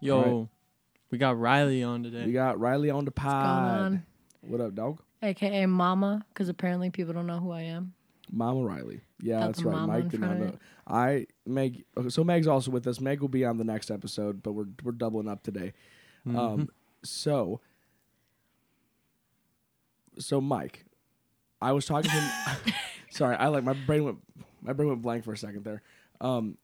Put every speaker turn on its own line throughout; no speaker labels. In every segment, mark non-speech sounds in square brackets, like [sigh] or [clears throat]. Yo, we got Riley on today.
We got Riley on the pod.
on?
What up, dog?
AKA Mama, because apparently people don't know who I am.
Mama Riley. Yeah,
Got
that's
the
right.
mama
Mike
in
did not
front of
know. I Meg. Okay, so Meg's also with us. Meg will be on the next episode, but we're we're doubling up today.
Mm-hmm.
Um, so, so Mike, I was talking to. him. [laughs] sorry, I like my brain went my brain went blank for a second there. Um,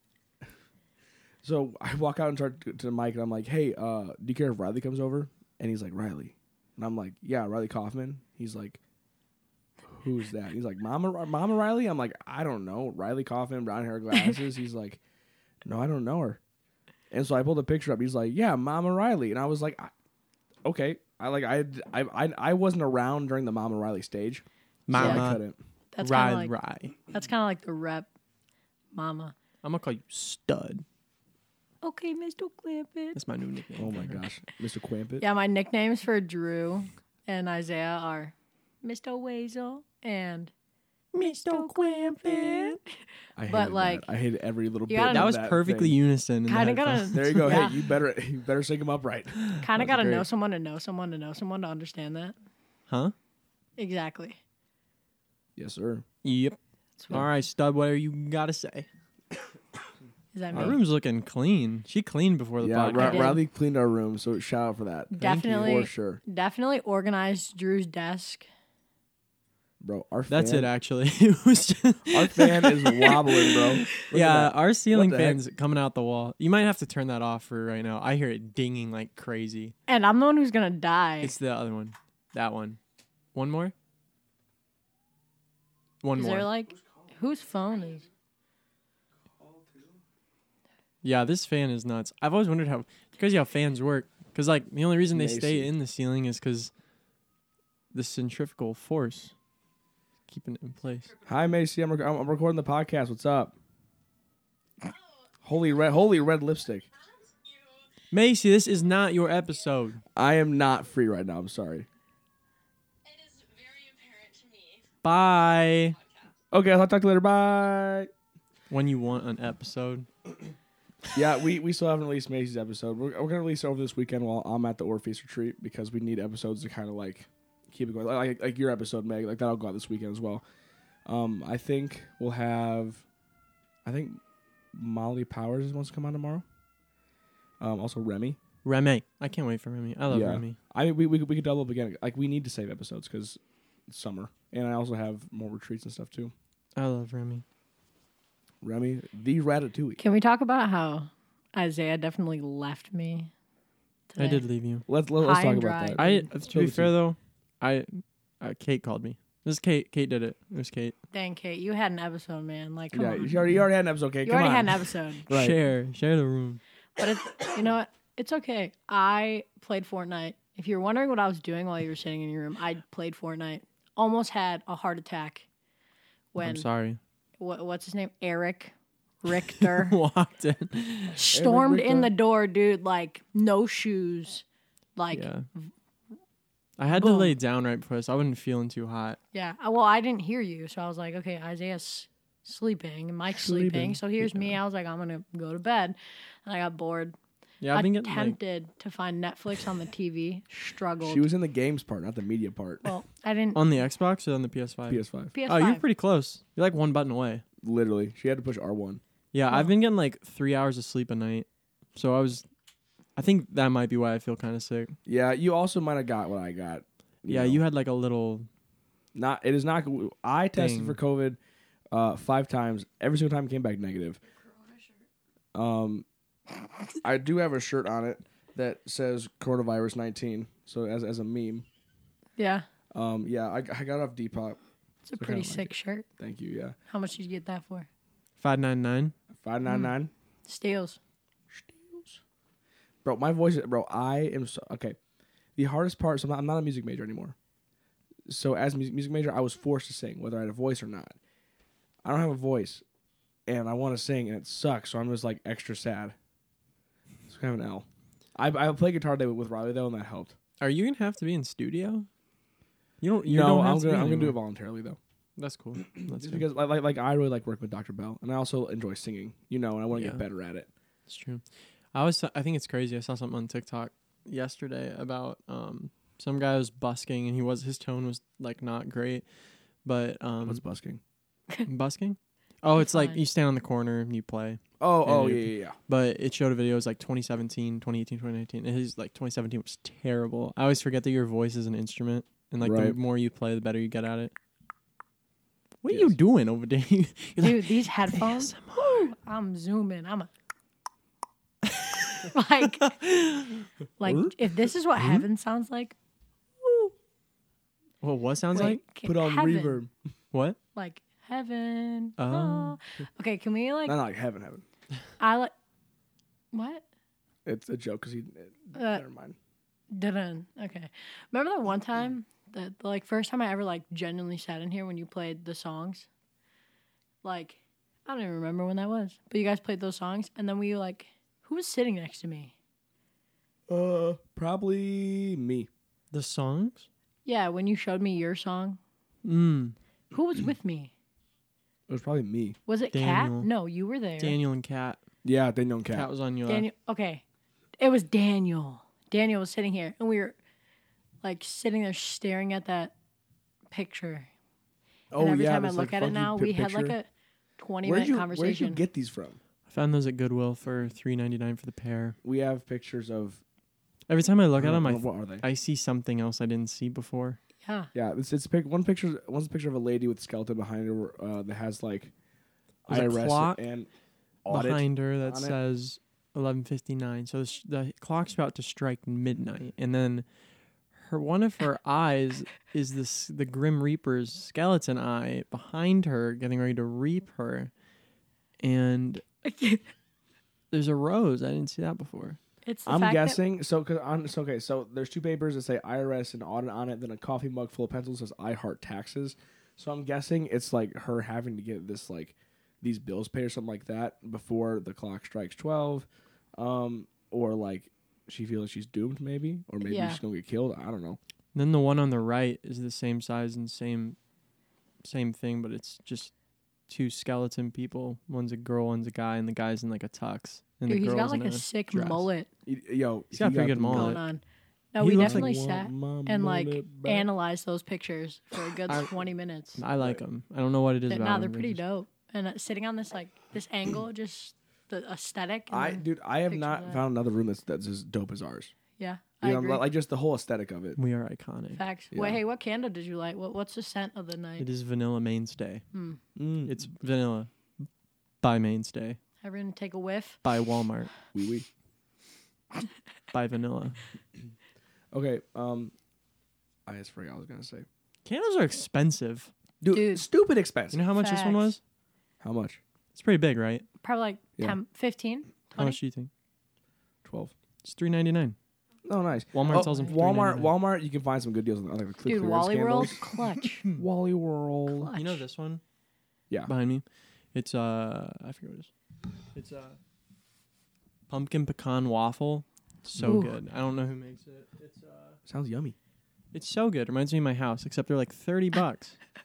so I walk out and start to, to Mike, and I'm like, "Hey, uh, do you care if Riley comes over?" And he's like, "Riley," and I'm like, "Yeah, Riley Kaufman." He's like, who's that? He's like, Mama, Mama Riley. I'm like, I don't know. Riley Coffin, brown hair, glasses. He's like, no, I don't know her. And so I pulled a picture up. He's like, yeah, Mama Riley. And I was like, I- okay. I like I, I I I wasn't around during the Mama Riley stage. so I
Mama,
couldn't.
That's kind
Riley,
of like
Riley.
that's kind of like the rep, Mama.
I'm gonna call you Stud.
Okay, Mr. Clampett.
That's my new nickname.
Oh my gosh, Mr. Quampett.
Yeah, my nicknames for Drew and Isaiah are Mr. Wazel and Mr. Clampett.
I hated
but,
that.
like,
I hated every little bit.
you gotta-
of
That was
that
perfectly [laughs]
thing.
unison. in the
Kind of gotta
headphones.
There you go.
Yeah.
Hey, you better you better sing him up right.
Kind of gotta
great.
know someone to know someone to know someone to understand that.
[laughs] Huh?
Exactly.
yes, sir.
Yep. All right, Stud. Whatever you gotta say.
Is that
Our
me?
room's looking clean. She cleaned before the
Uh, Yeah,
podcast.
Ri-
did.
Riley cleaned our room, so shout out for that.
Definitely,
for sure,
definitely organized Drew's desk.
bro. Our
That's
fan,
it. Actually, [laughs] it was. Just,
Our
[laughs]
fan is wobbling, bro. Look at
yeah,
that.
our ceiling
What the heck?
fans coming out the wall. You might have to turn that off for right now. I hear it dinging like crazy.
And I'm the one who's gonna die.
It's the other one. That one. One more. One
is
more.
there like whose phone is?
yeah, this fan is nuts. I've always wondered how it's crazy how fans work. Because like the only reason they stay
Macy.
in the ceiling is because the centrifugal force keeping it in place.
Hi, Macy. I'm, rec- I'm I'm recording the podcast. What's up? Holy red, holy red lipstick.
Macy, this is not your episode.
I am not free right now. I'm sorry.
It is very apparent to me.
Bye.
Okay, I'll talk to you later. Bye.
When you want an episode.
Yeah, we, we still haven't released Macy's episode. We're, we're gonna release it over this weekend while I'm at the Orpheus retreat because we need episodes to kind of like keep it going. Like, like like your episode, Meg. Like that'll go out this weekend as well. Um, I think we'll have. I think Molly Powers is wants to come on tomorrow. Um, also Remy.
Remy. I can't wait for Remy. I love
Yeah.
Remy.
I mean, we, we could- we could double up again. Like we need to save episodes because it's summer, and I also have more retreats and stuff too.
I love Remy.
Remy, the Ratatouille.
Can we talk about how Isaiah definitely left me? Today?
I did leave you.
Let's let, let's
High
talk
and
about
dry.
that.
I
Let's
to
go
be
to
fair
two.
though, I uh, Kate called me. This is Kate. Kate did it. It was Kate.
Dang, Kate, you had an episode, man. Like, come
yeah,
on.
you already, you already had an episode. Okay,
You
come
already
on.
had an episode.
Right.
Share, share the room.
But it's, you know what? It's okay. I played Fortnite. If you're wondering what I was doing while you were sitting in your room, I played Fortnite. Almost had a heart attack when,
I'm
[laughs]
sorry.
wha- what's his name?
[laughs]
Eric Richter
[laughs] Walked in.
stormed in
Richter?
the door, dude, like no shoes. Like, yeah.
Yeah. I had to
Boom.
lay down right before, so I wasn't feeling too hot.
I- Uh, Well, I didn't hear you. So I was like, okay, Isaiah's sleeping. Mike's sleeping.
Sleeping.
So here's me. I was like, I'm going to go to bed. And I got bored.
Yeah, I've been getting like,
attempted to find Netflix on the TV, struggled.
She was in the games part, not the media part.
Oh,
[laughs]
well, I didn't.
on the Xbox or on the PS5.
PS5,
PS5.
Oh, you're pretty close. You're like one button away.
literally, she had to push R1.
Yeah,
Oh.
I've been getting like three hours of sleep a night, so I was. I think that might be why I feel kind of sick.
Yeah, you also might have got what I got.
Yeah,
know.
you had like a little.
not. It is not. I tested
Thing.
for COVID uh, five times. Every single time came back negative. Um, I do have a shirt on it that says coronavirus nineteen. So as as a meme.
yeah,
Um, yeah, I, I got off Depop.
it's a
kinda
pretty
like
sick shirt.
Thank you. Yeah,
How much did you get that for?
Five nine nine.
five nine nine.
Steals.
Bro, my voice. is- Bro, I am so okay. The hardest part. So I'm not, I'm not a music major anymore. So as music, music major, I was forced to sing, whether I had a voice or not. I don't have a voice, and I want to sing, and it sucks. So I'm just like extra sad. It's kind of an L. I I play guitar today with Riley though, and that helped.
Are you gonna have to be in studio? You don't. You
no,
don't have
I'm
to
gonna
be
I'm gonna do it
anymore.
voluntarily though,
That's
[clears throat]
cool. That's
just
fair.
because like, like like I really like working with Dr. Bell, and I also enjoy singing, you know, and I want to
Yeah. Mm-hmm.
get better at it.
It's true. I was. I think it's crazy. I saw something on TikTok yesterday about um some guy was busking and he was his tone was like not great, but um
What's busking?
busking. Oh, it's like
Fine.
you stand on the corner and you play.
Oh,
Yeah,
oh yeah,
dude.
yeah, yeah.
But it showed a video. It was like 2017, 2018, 2019. And his like 2017 was terrible. I always forget that your voice is an instrument, and like the
Right.
more you play, the better you get at it. What are
Yes.
you doing over there? [laughs] You're like,
Dude, these headphones. woo, I'm zooming. I'm a [laughs] like, like if this is what heaven sounds like,
well, what sounds like?
like
Put on
heaven,
reverb.
What?
Like heaven.
Oh.
ah. Okay, can we like?
No, no, like heaven, heaven.
I like. What?
It's a joke because he.
Uh,
never mind.
Dun. Okay. Remember that one time, the, the like first time I ever like genuinely sat in here when you played the songs. Like, I don't even remember when that was, but you guys played those songs, and then we like, who was sitting next to me?
Uh, probably me.
The songs?
Yeah, when you showed me your song,
Mm.
who was with me?
It was probably me.
Was it
Daniel.
Kat? No, you were there.
Daniel and Kat.
Yeah, Daniel and Cat.
Kat was on your.
Daniel. Okay, it was Daniel. Daniel was sitting here, and we were like sitting there staring at that picture.
oh
and every
yeah.
time I
this,
look
like,
at it
funky
now,
pi-
we had like
picture.
a twenty
Where'd
minute
you,
conversation.
Where'd you get these from?
I found those at Goodwill for three ninety nine for the pair.
We have pictures of.
Every time I look at them, I,
Uh, What are they?
I see something else I didn't see before.
yeah.
Yeah, it's it's pic- one picture. One's a picture of a lady with a skeleton behind her uh, that has like
There's a
IRS
clock
and audit.
behind her that
on it.
says eleven fifty nine. So the, sh- the clock's about to strike midnight, and then her one of her eyes is this the Grim Reaper's skeleton eye behind her, getting ready to reap her, and there's a rose. I didn't see that before.
It's the
I'm
fact
guessing so. Cause I'm so okay. So there's two papers that say IRS and audit on it. Then a coffee mug full of pencils says I heart taxes. So I'm guessing it's like her having to get this like these bills paid or something like that before the clock strikes twelve, um, or like she feels she's doomed maybe, or maybe
Yeah.
she's gonna get killed. I don't know.
And then the one on the right is the same size and same same thing, but it's just two skeleton people. One's a girl, one's a guy, and the guy's in like a tux.
That,
And
dude,
the
he's
girl's
got
in
like a sick
dress.
mullet
Y- Yo,
He's got a
he
pretty good
the
mullet.
mullet.
going on. No,
He
we
looks like
definitely sat
"Want my
and like
mullet back?"
analyzed those pictures for a good
I-
twenty minutes.
I like them. I don't know what it is
That-
about
Nah,
'em,
they're pretty
just-
dope. And uh, sitting on this like this
[clears throat]
angle, just the aesthetic. and
I
then-
dude, I have
picture
not
that.
found another room that's that's as dope as ours.
yeah,
You
I
know,
agree.
like just the whole aesthetic of it.
We are iconic.
Facts.
yeah.
Wait, hey, what candle did you light? What What's the scent of the
It
night?
is vanilla mainstay.
Mm.
It's vanilla by mainstay
Everyone take a whiff.
by Walmart
Wee wee.
by vanilla.
Okay, um, I just forgot what I was gonna say.
Candles are expensive.
Dude,
Dude.
stupid expensive.
You know how much this one
Facts.
was?
How much?
It's pretty big, right?
Probably like
Yeah. Oh,
10, 15,
How
20.
much do you think?
Twelve.
It's three ninety nine.
No, nice. Oh,
Walmart sells them for
Walmart,
$3.99.
Walmart. You can find some good deals on the- on like the
Dude,
clearance
Wally World,
candles.
clutch.
Hmm. Wally World.
clutch.
You know this one?
Yeah.
Behind me. It's uh I forget what it is. It's uh pumpkin pecan waffle. So
Ooh.
good. I don't know who makes it. It's uh
Sounds
[laughs]
yummy.
it's so good. Reminds me of my house, except they're like thirty
Ah.
bucks.
[laughs]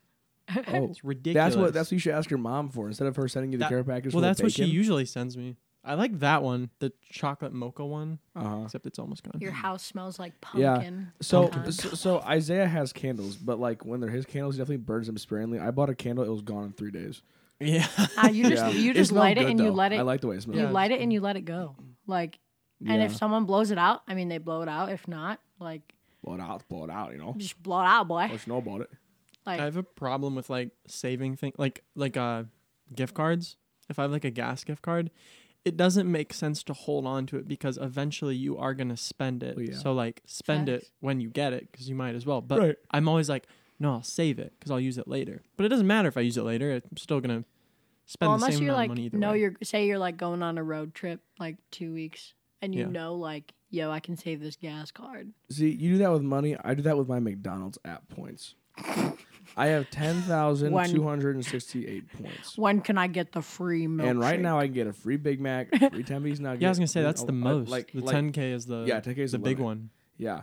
Oh,
It's ridiculous.
that's what that's what you should ask your mom for instead of her sending you the
That-
care package.
Well
full of
that's what she
bacon.
usually sends me. I like that one, the chocolate mocha one,
Uh-huh.
except it's almost gone.
[laughs] Your house smells like
Yeah.
pumpkin.
So,
pecan.
so so Isaiah has candles, but like when they're his candles, he definitely burns them sparingly. I bought a candle; it was gone in three days.
[laughs] Yeah.
[laughs]
Ah, you just
Yeah.
you
It
just
smelled
light it
good,
and you
though.
let it
I like the way it smells.
you
Yeah.
light it and you let it go. Like and if
Yeah.
someone blows it out, I mean they blow it out. If not, like
Blow it out, blow it out. You know,
just blow it out, boy.
let you know about it.
Like
I have a problem with like saving things, like like uh, gift cards. If I have like a gas gift card, it doesn't make sense to hold on to it because eventually you are gonna spend it.
Well, yeah.
So like spend it
Facts.
when you get it because you might as well. But
Right.
I'm always like, no, I'll save it because I'll use it later. But it doesn't matter if I use it later. I'm still gonna spend
well,
the
unless
same
you're
amount
like
of money either
no,
way.
you're say you're like going on a road trip like two weeks and you
Yeah.
know like yo I can save this gas card.
See, you do that with money. I do that with my McDonald's app points. I have ten thousand two hundred and sixty-eight points,
When can I get the free milk?
and right now I can get a free Big Mac,
[laughs]
free ten piece nugget.
yeah, I was gonna say
free-
that's the
I-
most.
Like
the
like-
10k is the
Yeah, 10K is
the
the
big
limit.
one.
Yeah,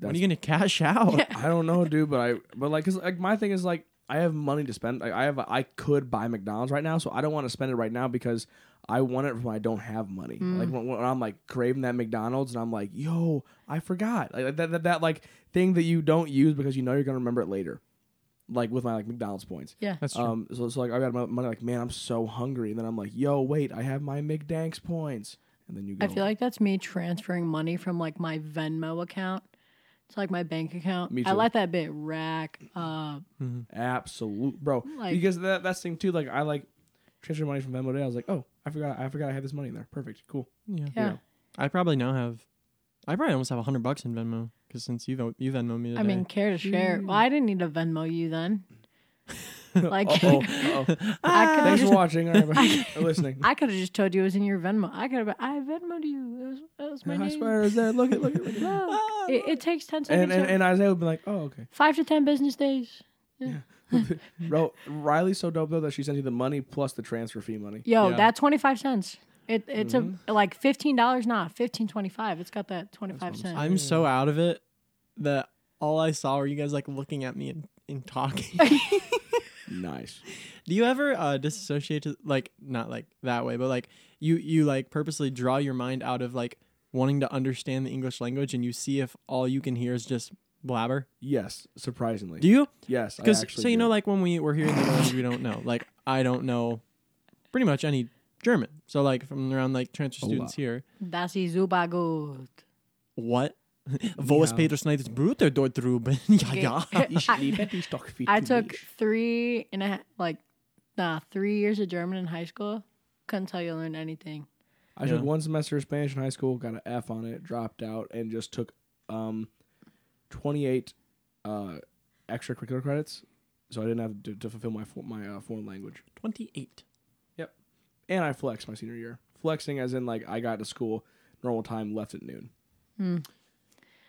when are you gonna cash out?
Yeah.
I don't know, dude, but I but like cause like my thing is like I have money to spend. Like, I have a, I could buy McDonald's right now, so I don't want to spend it right now because I want it when I don't have money. Like when, when I'm like craving that McDonald's and I'm like, yo, I forgot like that, that that like thing that you don't use because you know you're gonna remember it later. Like with my like McDonald's points.
Yeah.
That's true.
Um, so, so like I got my money, like man, I'm so hungry, and then I'm like, yo, wait, I have my McDanks points, and then you go.
I feel like that's me transferring money from like my Venmo account to like my bank account.
Me
I
too.
let that bit rack up.
Absolute, bro.
Like-
because that that's the thing too. Like I like transferred money from Venmo today. I was like, oh, I forgot, I forgot I had this money in there. Perfect, cool.
yeah.
Yeah.
know.
I probably now have, I probably almost have hundred bucks in Venmo because since you you Venmo me today.
I mean, care to share. Well, I didn't need to Venmo
[laughs]
you then. Like, [laughs]
Oh, uh-oh.
I could have
thanks for
just,
watching or [laughs] or listening.
[laughs] I could have just told you it was in your Venmo. I could have, I Venmoed you. It was, that was my
I
name.
swear, is there? Look at, look
[laughs]
at, look at.
Look, it, it takes ten seconds.
And, and
to-
and Isaiah would be like, oh, okay.
five to ten business days.
Bro, Riley's so dope though that she sent you the money plus the transfer fee money.
Yo,
Yeah.
that twenty five cents. It it's
Mm-hmm.
a like fifteen dollars now. Fifteen twenty five. It's got that twenty five cent.
I'm so out of it that all I saw were you guys like looking at me and, and
[laughs]
talking.
Nice.
Do you ever uh, disassociate to like not like that way, but like you you like purposely draw your mind out of like wanting to understand the English language and you see if all you can hear is just blabber?
Yes, surprisingly.
Do you?
yes, I
Because
actually
so you
do.
know, like when we were here in the language we don't know. Like I don't know pretty much any German. So like from around like transfer
A
students
lot.
here,
Das ist super gut.
what? Wo ist
Yeah.
Peter Schneiders Bruder dort [laughs] drüben? ja, ja.
[laughs]
Ich liebe die Stockfish.
I took three and a half, like, nah, three years of German in high school. Couldn't tell you I learned anything.
I took
Yeah.
one semester of Spanish in high school, got an F on it, dropped out, and just took um, 28 uh, extracurricular credits. So I didn't have to, to fulfill my fo- my uh, foreign language.
28.
And I flexed my senior year. Flexing as in, like, I got to school normal time, left at noon.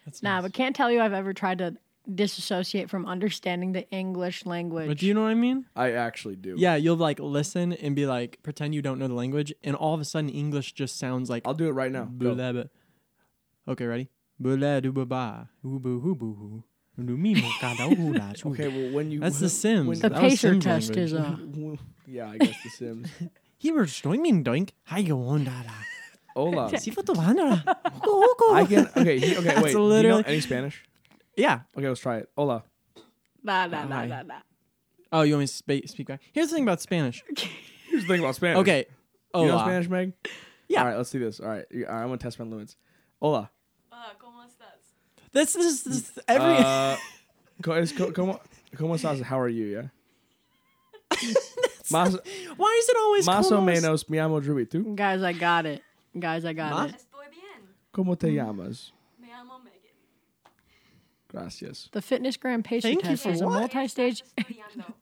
That's
Nah,
nice.
but can't tell you I've ever tried to disassociate from understanding the English language.
But do you know what I mean?
I actually do.
Yeah, you'll like listen and be like, pretend you don't know the language, and all of a sudden English just sounds like.
I'll do it right now. Go.
blah, blah. Okay, ready? Blah, do, blah, blah. Ooh, boo, hoo, boo, hoo. Do me, mo, ka, da, hoo, da, choo.
Okay, well, when you. [laughs]
That's The Sims.
when-
the
that was
pacer
Sims
test
language.
is a.
[laughs] yeah, I guess
[laughs]
The Sims.
He was streaming doink. Hi, you wonder.
[laughs]
da.
Hola.
Si fu tu wonder.
[laughs]
Hoo, hoo, hoo.
I can. Okay, he-
[laughs]
okay,
That's
wait. Do you know
literally-
any Spanish?
Yeah.
Okay, let's try it. Hola.
Nah, nah, nah,
Hi.
nah, nah.
Oh, you want me to spe- speak back? Here's the thing about Spanish.
Here's the thing about Spanish.
Okay. Oh,
You know Spanish, Meg?
Yeah.
All right, let's do this. All right, you- all right, I'm gonna test my limits. Hola.
Uh, ¿Cómo estás?
This is this, is every.
Uh,
[laughs]
co- is co- como, como estás? How are you? Yeah. Mas,
Why is it always
más o
como-
menos me llamo Drew. ¿Y tú?
Guys, I got it. Guys, I got
Ma-
it.
Estoy bien.
¿Cómo te
Mm.
llamas?
Me llamo Megan.
Gracias.
The Fitness Gram Pacer
Thank you
Test
for
is a
what?
multi stage
Estudiando.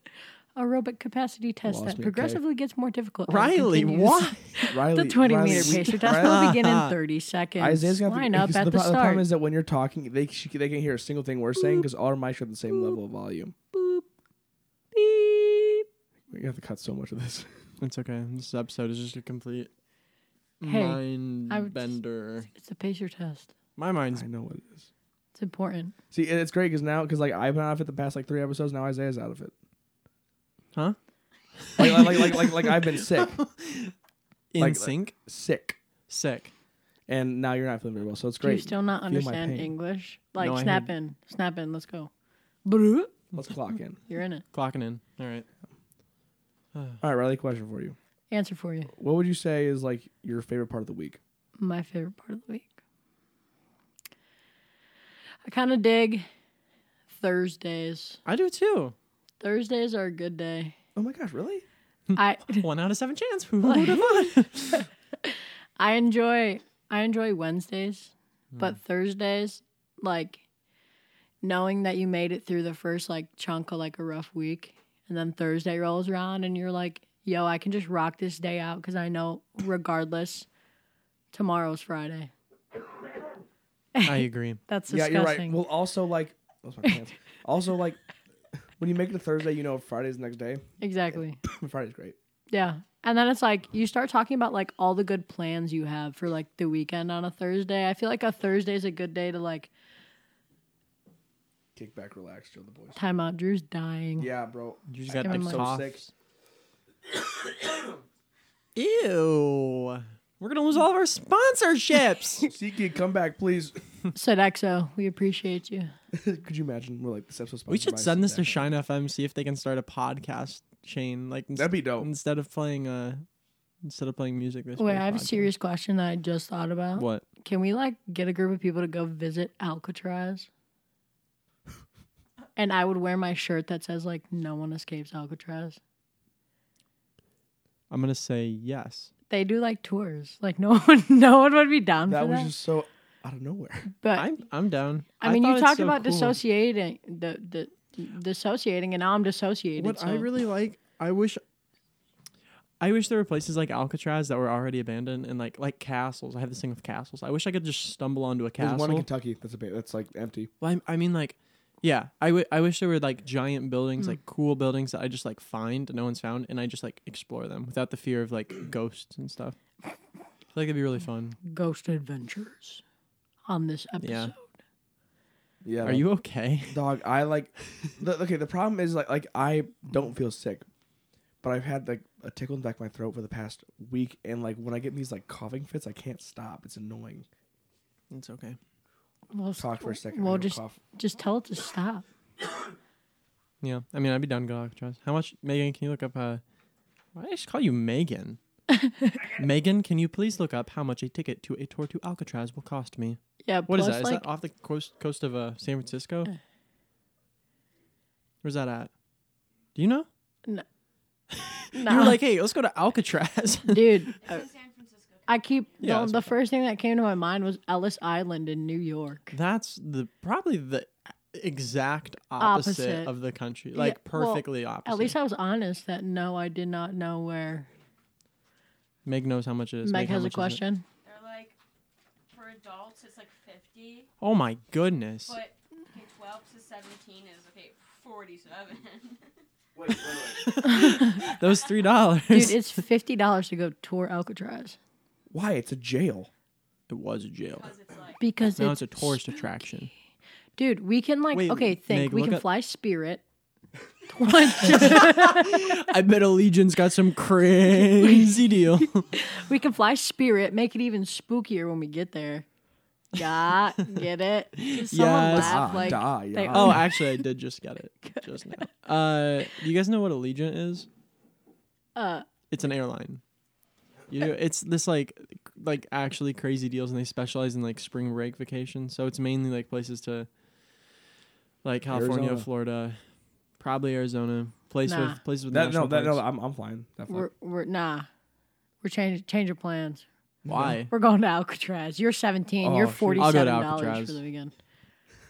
aerobic capacity test
Lost
that
me, okay.
progressively gets more difficult. as it
Riley,
continues.
why?
Riley.
The 20
Riley,
meter
we-
pacer test will
Riley, [laughs]
begin in 30 seconds.
Isaiah's gonna have to-
Line up
so
at the,
the, pro- the
start. Mm.
problem is that when you're talking, they she, they can hear a single thing we're saying because all our mics are at the same level of volume. We have to cut so much of this.
It's okay. This episode is just a complete
Hey,
mind
I would just-
bender.
it's the pacer test.
My
Mm.
mind's
I know what it is.
It's important.
See, and it's great because now, because like I've been out of it the past like three episodes. Now Isaiah's out of it.
huh
Like like like like, like, like
[laughs]
I've been sick,
in
Like-
sync.
sick,
Sick.
and now you're not feeling very well. So it's
Do
great.
you still not
Feel my
understand
pain.
English? Like,
No, I
snap
had-
in. Snap in. Let's go. Brrr.
Let's clock in.
You're in it.
Clocking in. All right.
All right, Riley. Question for you.
Answer for you.
What would you say is like your favorite part of the week?
My favorite part of the week. I kind of dig Thursdays.
I do too.
Thursdays are a good
[laughs]
day.
Oh my gosh, really?
I
[laughs] One out of seven chance. Who would have thought?
[laughs] I enjoy I enjoy Wednesdays,
Hmm.
but Thursdays like knowing that you made it through the first like chunk of like a rough week and then Thursday rolls around and you're like, "Yo, I can just rock this day out cuz I know regardless tomorrow's Friday."
I agree.
That's
Yeah,
disgusting.
you're right. Well, also like, those are
[laughs]
my pants. also like, when you make it a Thursday, you know Friday's the next day. [coughs]
exactly.
Friday's great.
Yeah. And then it's like you start talking about like all the good plans you have for like the weekend on a Thursday. I feel like a Thursday is a good day to like
Kick back, relax, Joe the boys.
Time out. Drew's dying.
Yeah, bro.
You just got
I'm
the
like-
cough.
sick.
[coughs] Ew. We're gonna lose all of our [laughs] sponsorships.
SeatGeek, come back, please. [laughs]
[laughs] Said EXO. We appreciate you.
Could you imagine? We're like this episode.
we should send this to Shine FM. See if they can start a podcast chain. Like ins-
That'd be dope.
Instead of playing, uh, instead of playing music, this.
Wait, I have a serious question that I just thought about.
What?
Can we like get a group of people to go visit
[laughs]
Alcatraz? and I would wear my shirt that says like "No one escapes Alcatraz."
I'm gonna say yes.
They do like tours. Like [laughs] no one, no one would be down
That
Mm-hmm. for
was
that.
just so out of nowhere.
[laughs]
but
I'm I'm down.
I mean,
thought
you
it's
talked
so
about
cool.
dissociating the the dissociating, and now I'm dissociated.
What I
so-
really like, I wish. I wish there were places like Alcatraz that were already abandoned and like like castles. I have this thing with castles. I wish I could just stumble onto a
There's one
castle.
in Kentucky that's a bit, that's like empty.
Well, I, I mean, like, yeah, I wi- I wish there were like giant
Hmm.
buildings, like cool buildings that I just like find and no one's found, and I just like explore them without the fear of like ghosts and stuff. I feel like it'd be really fun.
ghost adventures on this episode.
Yeah.
Yeah.
Are you okay?
dog?
[laughs]
I like. the, okay, the problem is like like I don't feel sick, but I've had like a tickle in the back of my throat for the past week, and like when I get these like coughing fits, I can't stop. It's annoying.
It's okay.
We'll
Talk for a second.
Well,
I'm gonna
just
cough.
just tell it to stop.
Yeah, I mean, I'd be down to go Alcatraz. How much, Megan? Can you look up? Uh, why did I just call you
[laughs]
Megan? Megan, can you please look up how much a ticket to a tour to Alcatraz will cost me?
Yeah.
What is
plus,
that? Is
Like,
that off the coast coast of uh, San Francisco? Where's that at? Do you know? You
nah.
were like, hey, let's go to Alcatraz.
[laughs]
[laughs]
dude. uh, I keep
Yeah,
the,
that's
the
what-
first thing that came to my mind was Ellis Island in New York.
That's the probably the exact opposite,
Opposite.
of the country.
Yeah,
Like
well,
perfectly opposite.
At least I was honest that no, I did not know where.
Meg knows how much it is.
Meg
how
has a
much is it?
question.
[laughs]
They're like, for adults, it's like 50,
Oh my goodness.
Oh,
but okay, 12 to 17 is okay, 47. [laughs]
Those three dollars.
Dude, it's fifty dollars to go tour Alcatraz
Why? It's a jail.
was a jail.
Because it's like,
because
Now
it's,
it's a tourist attraction.
dude. We can like
Wait,
okay, think
Meg,
we
look
can
up-
fly Spirit.
[laughs] I bet Allegiant's got some crazy [laughs] deal.
we can fly Spirit. Make it even spookier when we get there.
[laughs]
Yeah, get it? Did Someone
Yes.
laugh
Ah,
like
da,
they
yeah.
oh, actually, I did just [laughs] get it just now. Uh, do you guys know what Allegiant is?
Uh,
It's an airline. You do, it's this like like actually crazy deals, and they specialize in like spring break vacations. So it's mainly like places to like California,
Arizona.
Florida, probably Arizona. Place
Nah.
with places with
That no,
national
that no.
parks.
I'm I'm flying. That flight.
we're we're nah. We're changing change of plans.
Why?
We're going to Alcatraz. You're 17. you're
Oh, shoot.
I'll go
$47
to
dollars
Alcatraz.
for the weekend.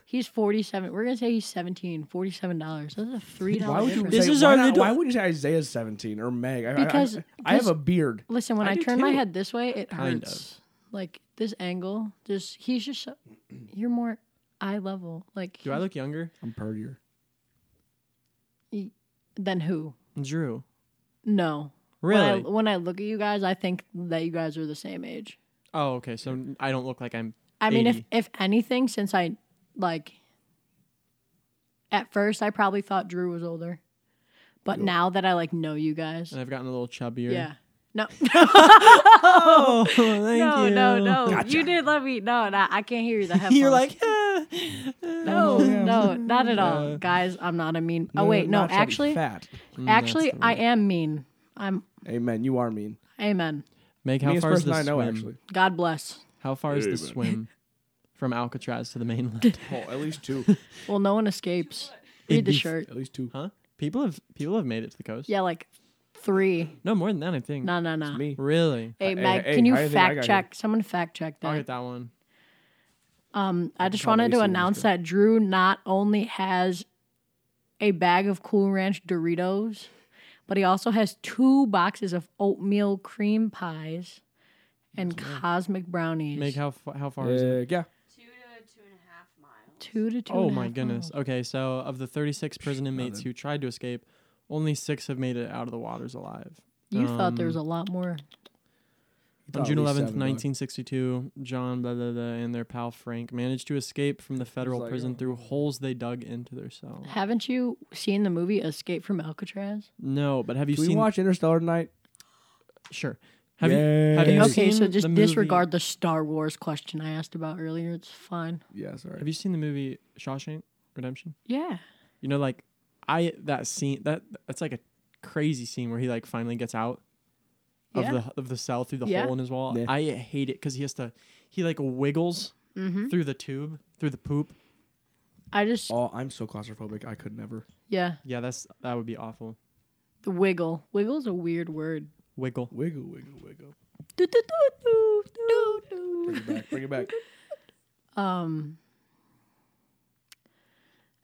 He's 47. We're going to say he's 17. $47. That's a $3
Why would you?
difference.
This
say,
is
why
our
not-
little-
Why would you say Isaiah's seventeen or Meg? I- I, I-
Because-
I, have a beard.
Listen, when
I
I,
do
turn my
too.
head this way, it
Kind
hurts. Like this angle, just he's just so, you're more eye level. Like
Do I look younger?
I'm purdier.
than who?
Drew.
No. When I-
Really?
When I, look at you guys, I think that you guys are the same age.
oh, okay. So I don't look like I'm.
I mean, if
80.
if anything, since I like at first I probably thought Drew was older, but now that I like know you guys,
And I've gotten a little chubbier.
yeah, no,
[laughs] Oh, thank
[laughs] no,
you.
no, no, you did let me. No, no, I can't hear you. The
[laughs]
headphones.
You're like, ah.
no, no,
[laughs]
not at all, guys. I'm not a mean. Oh wait, no,
Not chubby,
actually,
fat.
Mm,
actually, I am mean. I'm.
Amen. You are mean.
Amen.
Meg, how
Meanest
far is
person
the
I know.
swim?
Actually,
God bless.
How far is the
[laughs]
swim from Alcatraz to the mainland?
oh, at least two.
[laughs]
Well, no one escapes.
It'd
Read the
be-
shirt.
At least two.
huh? People have people have made it to the coast.
Yeah, like three.
No, more than that, I think.
No, no, no.
Me.
[laughs] Really?
Hey,
Hey, Meg,
hey,
can you
how you think I
fact
got
check? Someone fact check
I'll
that.
get that one.
Um, I just
probably see
wanted to
what
announce
it's
that Drew not only has a bag of Cool Ranch Doritos, but he also has two boxes of oatmeal cream pies and cosmic brownies.
Meg, how f- how far is it?
Uh, yeah.
two to two and a half miles.
two to two.
Oh
and a
my
half
goodness.
miles.
Okay, so of the 36 prison inmates who tried to escape, only six have made it out of the waters alive.
You thought there was
Um,
a lot more.
thought
On
at
June
least
11th,
seven, dog.
1962, John blah, blah, blah, and their pal Frank managed to escape from the federal
like,
prison
oh.
through holes they dug into their cell.
Haven't you seen the movie Escape from Alcatraz?
No, but have you
Can
seen?
we watch Interstellar tonight?
Sure. Have you? Have
Yes.
you
Okay, so
seen
just
the movie-
disregard the Star Wars question I asked about earlier. It's fine.
Yeah, sorry.
Have you seen the movie Shawshank Redemption?
Yeah.
You know, like I that scene that that's like a crazy scene where he like finally gets out of
Yeah.
the of the cell through the
Yeah.
hole in his wall.
Yeah.
I hate it because he has to he like wiggles
Mm-hmm.
through the tube through the poop.
I just
Oh, I'm so claustrophobic. I could never.
yeah.
Yeah, that's that would be awful.
The wiggle. Wiggle's a weird word.
Wiggle.
Wiggle, wiggle, wiggle.
Do, do, do, do, do,
Bring it back. Bring
[laughs]
it back.
do. Um.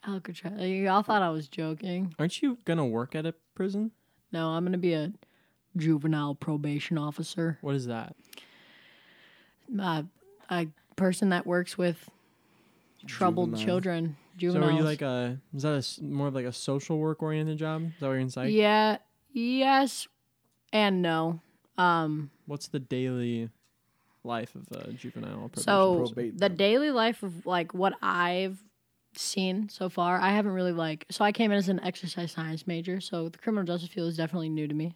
Alcatraz. Uh, Y'all thought I was joking.
Aren't you gonna work at a prison?
No, I'm gonna be a juvenile probation officer.
What is that?
Uh, a person that works with troubled
Juveniles.
children.
So
Juveniles.
are you like a is that a s more of like a social work oriented job? Is that what you're in psych?
yeah. Yes. And no. Um.
What's the daily life of a juvenile? probation
so
officer?
probate
the
them.
daily life of like what i've seen so far i haven't really like so i came in as an exercise science major so the criminal justice field is definitely new to me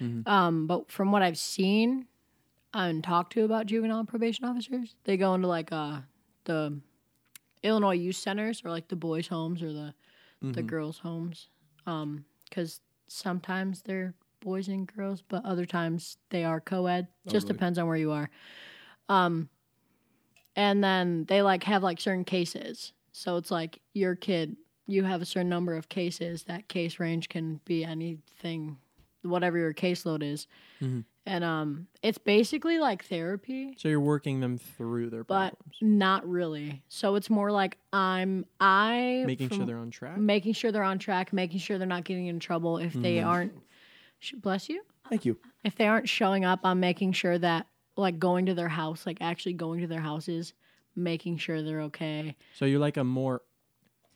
Mm-hmm.
um, but from what i've seen and talked to about juvenile probation officers they go into like uh, the illinois youth centers or like the boys homes or the the girls homes because sometimes they're boys and girls but other times they are co-ed just
really?
depends on where you are Um, and then they like have like certain cases so it's like your kid you have a certain number of cases that case range can be anything whatever your caseload is and um it's basically like therapy
So you're working them through their
but
problems,
not really so it's more like i'm i
making
from-
sure they're on track.
making sure they're on track making sure they're not getting in trouble if they
Mm-hmm.
aren't sh- bless you
Thank you.
if they aren't showing up, I'm making sure that like going to their house, like actually going to their houses, making sure they're okay.
so you're like a more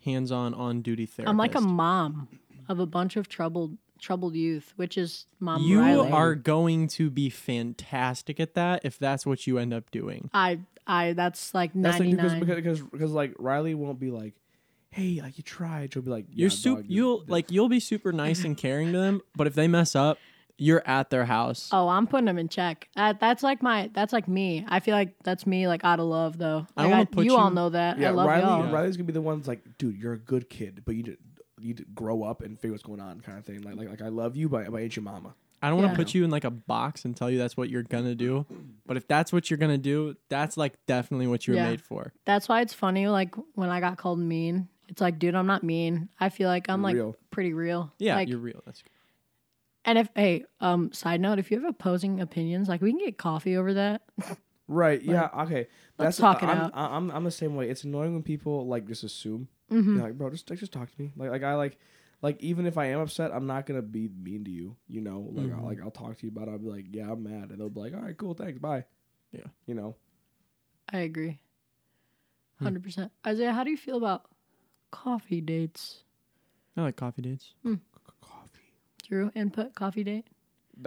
hands-on, on-duty therapist.
I'm like a mom of a bunch of troubled troubled youth, which is mom
You
Riley.
are going to be fantastic at that if that's what you end up doing.
I I that's like
That's like
ninety
because,
nine.
because because because like Riley won't be like, hey, like you tried. She'll be like, yeah,
you're super.
dog, you-
you'll like you'll be super nice and caring to them, but if they mess up, you're at their house.
oh, I'm putting them in check. That, that's like my that's like me. I feel like that's me like out of love though.
I
Like,
wanna put
you
you-
all know that.
Yeah,
I love
Riley.
y'all.
Riley's gonna be the one that's like, dude, you're a good kid, but you d- you d- grow up and figure what's going on, kind of thing. Like like like I love you, but, but I ain't your mama.
I don't want
Yeah.
to put you in like a box and tell you that's what you're gonna do, but if that's what you're gonna do, that's like definitely what you're
Yeah.
made for.
That's why it's funny like when I got called mean. It's like, dude, I'm not mean. I feel like I'm
You're
like
real.
pretty real.
Yeah,
Like,
you're real. That's good.
And if hey, um, side note, if you have opposing opinions, like we can get coffee over that. [laughs]
Right. yeah. Okay. That's
let's talk it
I'm,
out.
I- I'm I'm the same way. It's annoying when people like just assume.
Mm-hmm.
They're like, bro, just like, just talk to me. Like like I like like even if I am upset, I'm not gonna be mean to you. You know, like
Mm-hmm.
I'll, like I'll talk to you about. it. I'll be like, yeah, I'm mad, and they'll be like, all right, cool, thanks, bye.
Yeah.
You know.
I agree,
Hmm.
hundred percent. Isaiah, how do you feel about coffee dates?
I like coffee dates.
C- Coffee.
Drew, input coffee date.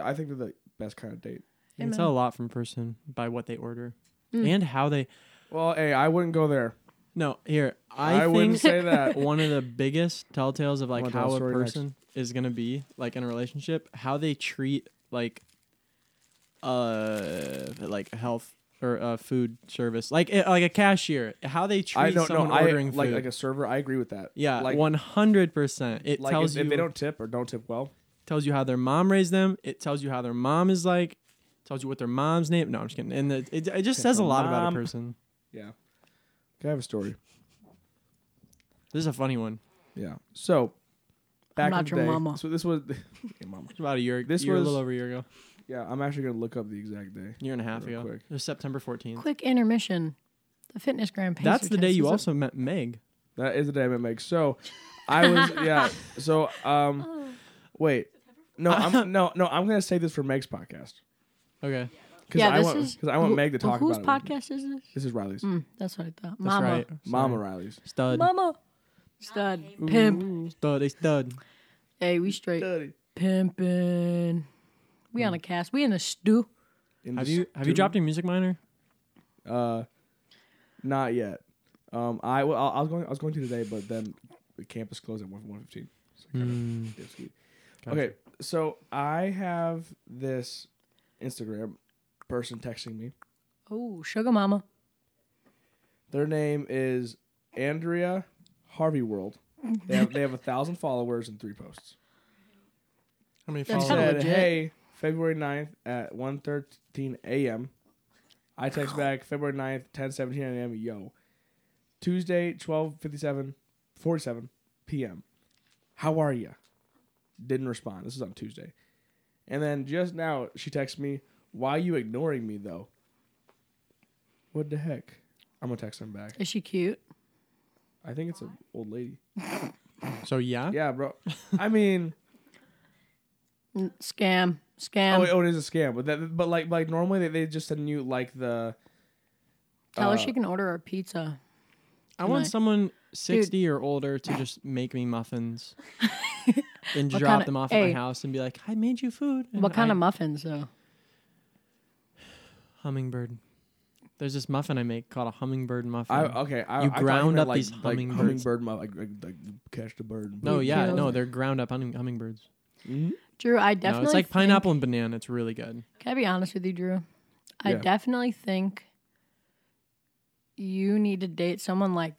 I think they're the best kind of date.
You can tell a lot from a person by what they order
Mm.
and how they.
Well, hey, I wouldn't go there.
No, here I,
I, wouldn't
think
[laughs] say
[laughs]
that.
one of the biggest telltales of like
wanna tell a
how a
story next.
person is gonna be like in a relationship, how they treat like uh like health or uh, food service, like uh, like a cashier, how they treat
I don't know.
someone
I
ordering
like
food.
like a server. I agree with that.
yeah,
Like
one hundred percent. It
like
tells
if,
you
if they don't tip or don't tip well.
tells you how their mom raised them. It tells you how their mom is like. Tells you what their mom's name. No, I'm just kidding. And the, it it just says a
their
lot about
mom.
a person.
Yeah. Can I have a story?
This is a funny one.
Yeah. So back
not
in the
your
day,
mama.
so this
[laughs]
was [laughs] Hey, mama.
It's about a year.
This
year, a little
was-
over a year ago.
Yeah, I'm actually gonna look up the exact day.
year and a half
Real
ago.
quick.
It was September 14th.
Quick intermission. The fitness gram. pays
That's
your
the day you
taxes.
also met Meg.
That is the day I met Meg. So
[laughs]
I was yeah. So um, wait.
[laughs]
No, I'm no no. I'm gonna say this for Meg's podcast
Okay.
because
Yeah,
I
this
want
is-
because I want
who-
Meg to talk
whose
about it. with me.
podcast is this?
This is Riley's
Mm, that's what I thought.
That's
Mama,
right.
Mama Riley's.
Stud.
mama, stud, pimp.
Stud. They stud.
Hey, we straight
Daddy.
pimping. We on a cast. We in a stew.
in
Have
just
you have you
two-
dropped a music minor?
Uh, not yet. Um, I, well, I I was going I was going to today, but then the campus closed at one one fifteen. So kind of
Mm,
dipsky.
gotcha.
Okay, so I have this Instagram person texting me.
Oh, sugar mama.
Their name is Andrea Harvey World. They have, they have a thousand followers and three posts.
How many
She
That's
followers?
kinda
said,
legit.
"Hey, February 9th at 1.13 a.m." I text back February 9th, 10:17 a.m. Yo, Tuesday, 12:57, 47 p.m. How are you? Didn't respond. This is on Tuesday, and then just now she texts me, "Why you ignoring me though?" What the heck? I'm gonna text him back.
Is she cute?
I think it's an old lady.
So yeah.
Yeah, bro. I mean.
Mm, Scam. Scam.
Oh, it- oh, it is a scam, but that, but like like normally they, they just send you like the
Tell
uh,
her she can order her pizza.
I want
Like-
someone sixty or older to just make me
[laughs]
muffins and
What
drop
kinda-
them off
hey.
at my house and be like, "I made you food." and
What kind
I-
of muffins though?
hummingbird? There's this muffin I make called a hummingbird muffin.
I uh, okay. I,
You
I thought
ground
meant,
up
like,
these
like
hummingbirds.
hummingbird mu- like, like, like you catch the bird. And
no,
boom.
yeah,
Yeah.
no, they're ground up humming- hummingbirds.
Mhm.
Drew, I
No,
definitely
it's like
think-
pineapple and banana. It's really good.
Can I be honest with you, Drew? I
Yeah.
definitely think you need to date someone like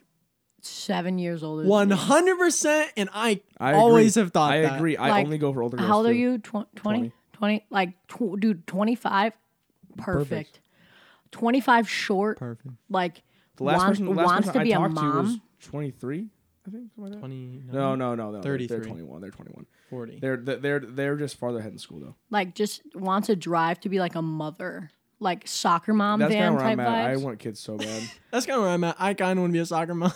seven years older. than
One
you.
hundred percent, and I,
I
always
agree.
have thought
I
that.
agree. I
Like,
only go for older. girls
How old are
too.
you? Tw-
20.
20? 20? Like, tw- dude, 25? Perfect. 25 short,
Perfect.
like,
The last
wants,
person, the last
wants
person
to be
I
a
talked to was
mom.
twenty three. I think. something like that.
Twenty.
No, no, no, no. They're,
33.
twenty one. They're twenty one.
40.
They're they're- they're they're just farther ahead in school though.
Like, just wants to drive to be like a mother, like soccer mom
That's kind
van
of where
type
I'm at. I
vibes.
want kids so
[laughs]
bad. [laughs]
That's kind of where I'm at. I kind of want to be a soccer mom.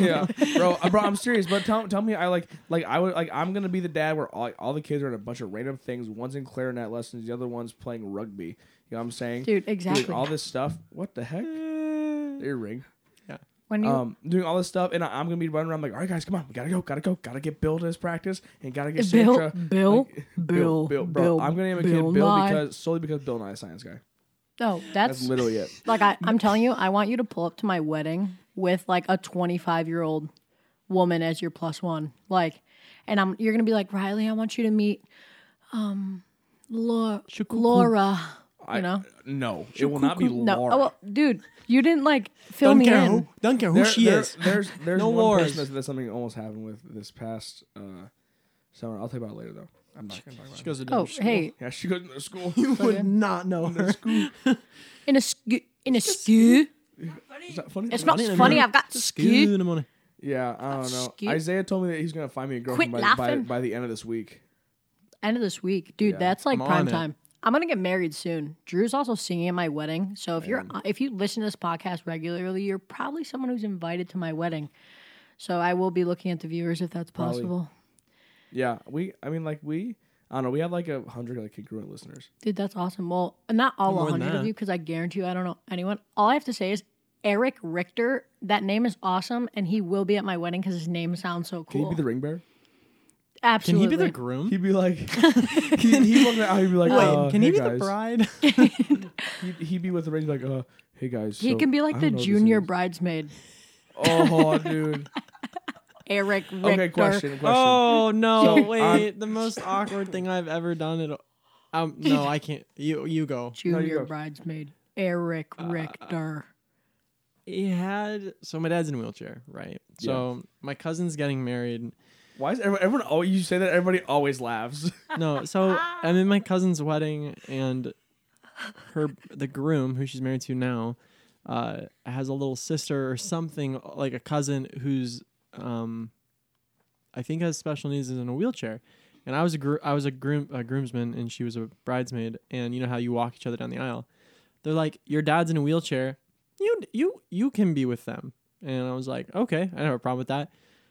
yeah, bro, uh, bro. I'm serious, but tell tell me, I like like I would like I'm gonna be the dad where all, all the kids are in a bunch of random things. One's in clarinet lessons, the other one's playing rugby. You know what I'm saying?
Dude,
Doing
exactly. Uh,
all this stuff. What the heck? Earring.
when you,
Um, doing all this stuff, and I, I'm gonna be running around like, all right, guys, come on, we gotta go, gotta go, gotta get Bill to his practice, and gotta get
Bill,
Sandra.
Bill,
like,
Bill,
Bill, bro.
Bill,
I'm gonna name a
Bill
kid Bill
Nye.
because solely because Bill Nye is a science guy.
no,
That's,
that's,
literally it.
like, I, I'm telling you, I want you to pull up to my wedding with like a 25 year old woman as your plus one. Like, and I'm, you're going to be like, Riley, I want you to meet, um, Laura, Laura,
I-
you know?
No, it will not be
No,
Laura.
oh, well, dude, you didn't like fill
Don't
me
care
in.
who, don't care who
There-
she
there-
is.
[laughs]
There's there's
No
one
wars.
person that's, that's something that almost happened with this past uh, summer. I'll tell you about it later though. I'm not gonna talk about
She
it.
goes to
Oh,
different school.
hey,
Yeah, she goes to
[laughs]
school.
You would not know her.
in a skew, in a skew.
Is that funny?
It's not
Funny,
funny.
man.
I've got
Scoot in
skew.
the morning.
Yeah, I don't know.
Skew-
Isaiah told me that he's gonna find me a
Quit
girlfriend by, by
laughing.
by the end of this week.
End of this week, dude.
Yeah,
that's like
I'm
prime
on it.
time. I'm gonna get married soon. Drew's also singing at my wedding. So if you're if you listen to this podcast regularly, you're probably someone who's invited to my wedding. So I will be looking at the viewers if that's
Probably.
possible.
Yeah, we. I mean, like we. I don't know. We have like a hundred like congruent listeners.
Dude, that's awesome. Well, not all
More than
100 of
that.
you, because I guarantee you I don't know anyone. All I have to say is Eric Richter. That name is awesome, and he will be at my wedding because his name sounds so
Can
cool.
he be the ring bearer?
Can
Absolutely.
he be the groom?
He'd be
[laughs]
like, [laughs] he he walked out. He'd be like,
Wait,
uh,
can he
hey
be the
guys. [laughs]
bride?
He'd, he'd be with the ring like, uh, hey guys.
He
so
can be
I
like the
don't know what this
junior
is.
bridesmaid,
Oh, dude.
[laughs] Eric Richter.
Okay, question. Question.
oh no! [laughs]
So,
wait, the most awkward thing I've ever done. At [laughs] um, no, I can't. You you go.
No, you
Junior
go. Uh,
bridesmaid, Eric Richter.
He had so my dad's in a wheelchair, right? So my cousin's getting married.
Why is everyone, everyone always, you say that everybody always laughs. [laughs]
No, so I'm in my cousin's wedding, and her the groom who she's married to now uh, has a little sister or something like a cousin who's um, I think has special needs and is in a wheelchair. And I was a gro- I was a groom a groomsman, and she was a bridesmaid. And you know how you walk each other down the aisle. They're like, your dad's in a wheelchair. You you you can be with them. And I was like, okay, I don't have a problem with that.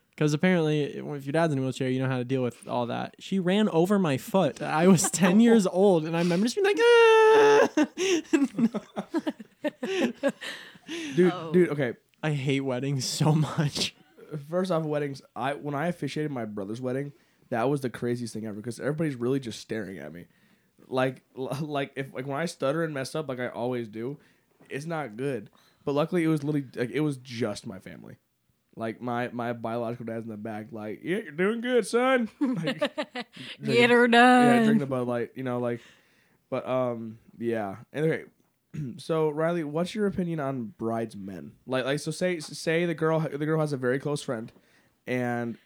Because apparently, if your dad's in a wheelchair, you know how to deal with all that. She ran over my foot. I [laughs] was 10 years old, and I remember just being like, "Ah!" [laughs]
Dude,
Oh.
dude, okay.
I hate weddings so much.
First off, weddings. I when I officiated my brother's wedding, that was the craziest thing ever because everybody's really just staring at me. like [laughs] like if like when I stutter and mess up like I always do, it's not good. But luckily, it was literally like it was just my family, like my my biological dad's in the back, like yeah, you're doing good, son. Like, drink-
Get her
yeah,
done.
drink the Bud Light, you know, like, but um, yeah. Anyway, [clears throat] so Riley, what's your opinion on bridesmen? Like, like, so say say the girl the girl has a very close friend, and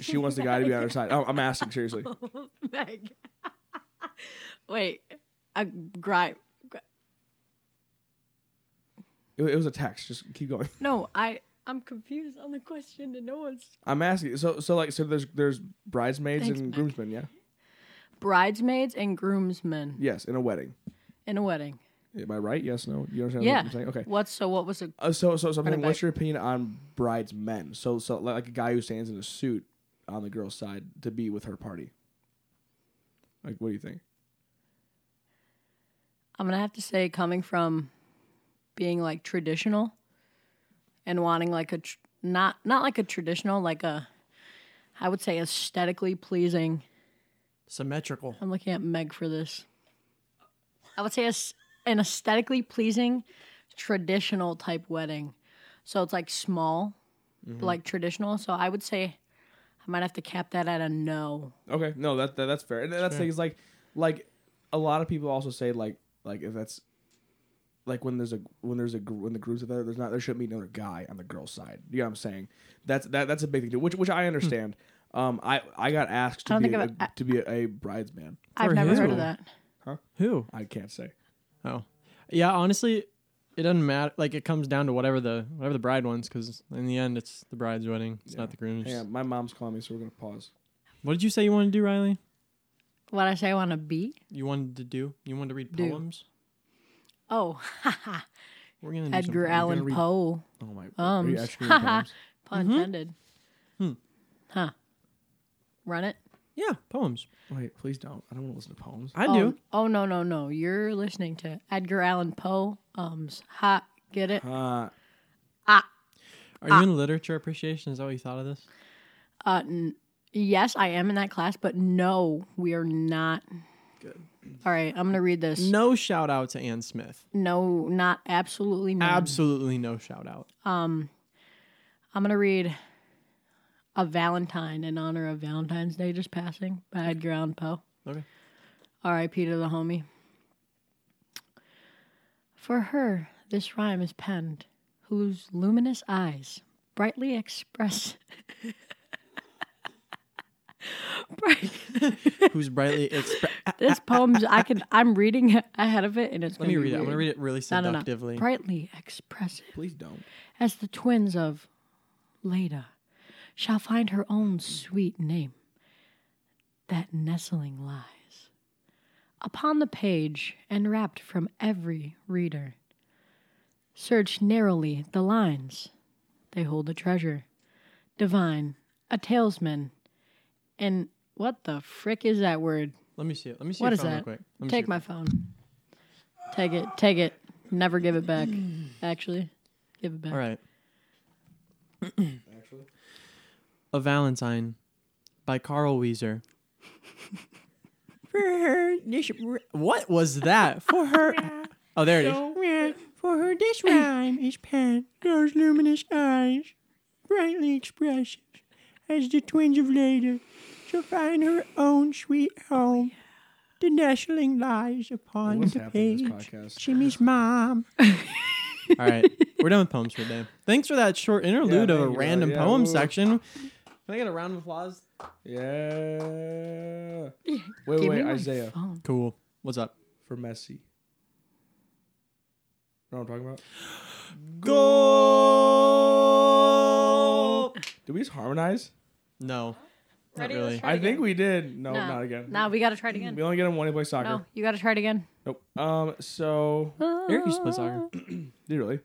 she wants the guy to be on her side. Oh, I'm asking
[laughs]
seriously.
Meg. [laughs] Wait, I gripe.
It, it was a text. Just keep going.
No, I I'm confused on the question, and no one's
I'm asking. So so like so there's there's bridesmaids
Thanks,
and
Mac.
groomsmen. Yeah.
bridesmaids and groomsmen
Yes, in a wedding.
in a wedding.
Am I right? Yes. No. You understand
Yeah.
what I'm saying? Okay.
What? So what was it?
Uh, so so something.
Kinda
What's your opinion on bridesmen? So so like, like a guy who stands in a suit on the girl's side to be with her party. Like, what do you think?
I'm gonna have to say coming from being like traditional and wanting like a tr- not not like a traditional like a I would say aesthetically pleasing.
Symmetrical.
I'm looking at Meg for this. I would say as an aesthetically pleasing traditional type wedding. So it's like small, but like traditional. So I would say I might have to cap that at a no.
Okay, no, that, that that's fair. And that's
Sure.
things like like a lot of people also say like like if that's like when there's a when there's a gr- when the groups are there, there's not there shouldn't be another guy on the girl's side. You know what I'm saying? That's that that's a big thing too, which which I understand. Um, I I got asked
Hmm. I
to
don't
be
think
a,
I've-
to be a, a bridesman.
I've
For
never heard
who?
of that.
Who?
I can't say.
Oh, yeah. Honestly, it doesn't matter. Like it comes down to whatever the whatever the bride wants, because in the end, it's the bride's wedding. It's not the groom's.
Hang on, my mom's calling me, so we're gonna pause.
What did you say you wanted to do, Riley?
What I say I want to be?
You wanted to do? You wanted to read
Do.
poems?
Oh, [laughs]
We're gonna do
Edgar
some- we're
Allan
gonna read-
Poe.
Oh my! are you
Ums.
actually doing poems?
Mm-hmm.
Pun intended.
Hmm.
Huh. Run it.
Yeah, poems.
Wait, please don't. I don't want to listen to poems.
I
oh,
do.
Oh no no no! You're listening to Edgar Allan Poe. Ums. Ha. Get it?
Uh,
Are
ah.
you in literature appreciation? Is that what you thought of this?
Uh, n- yes, I am in that class, but no, we are not. Good. All right, I'm gonna read this. No,
No shout out to Ann Smith.
not absolutely not.
Absolutely no shout out.
I'm gonna read a Valentine in honor of Valentine's Day just passing by Edgar Allan Poe.
Okay.
R.I.P. to the homie. For her, this rhyme is penned, whose luminous eyes brightly express. [laughs] Bright.
Who's brightly
[laughs]
express?
This poem's I can I'm reading [laughs] ahead of it and it's
Let me read it. I'm gonna read it really seductively.
Brightly expressive
please don't.
as the twins of Leda shall find her own sweet name that nestling lies upon the page and wrapped from every reader. Search narrowly the lines, they hold a treasure, divine, a talesman, and what the frick is that word?
Let me see it. Let me see
What
your
is
phone real
that?
quick. Let me see
Take
your-
my phone. Take it. Take it. Never give it back. Actually, give it back.
All right. A Valentine by Carl Weezer. For her dish. What was that? For her. Oh, there it is. For her dish rhyme is penned, those luminous eyes, brightly expressive, as the twinge of later shall find her own sweet home. The nestling lies upon
What's
the
happening
page.
in this podcast?
Jimmy's [laughs] mom. All right, we're done with poems for today. Thanks for that short interlude
Yeah,
of a
thank you,
random
yeah,
poem
woo.
section. Can I get a round of applause?
Yeah. Wait,
Give me
wait,
my
Isaiah
phone.
Cool. What's up?
for Messi. Know what I'm talking about?
Goal.
Did we just harmonize?
No, not
Ready,
really.
let's try.
I
it
think
again.
we did. No,
No.
not again.
No, we got to try it
We
again.
only get him when he plays soccer.
No, you got to try it again.
Nope. Um. So,
Eric used to play soccer.
did you really,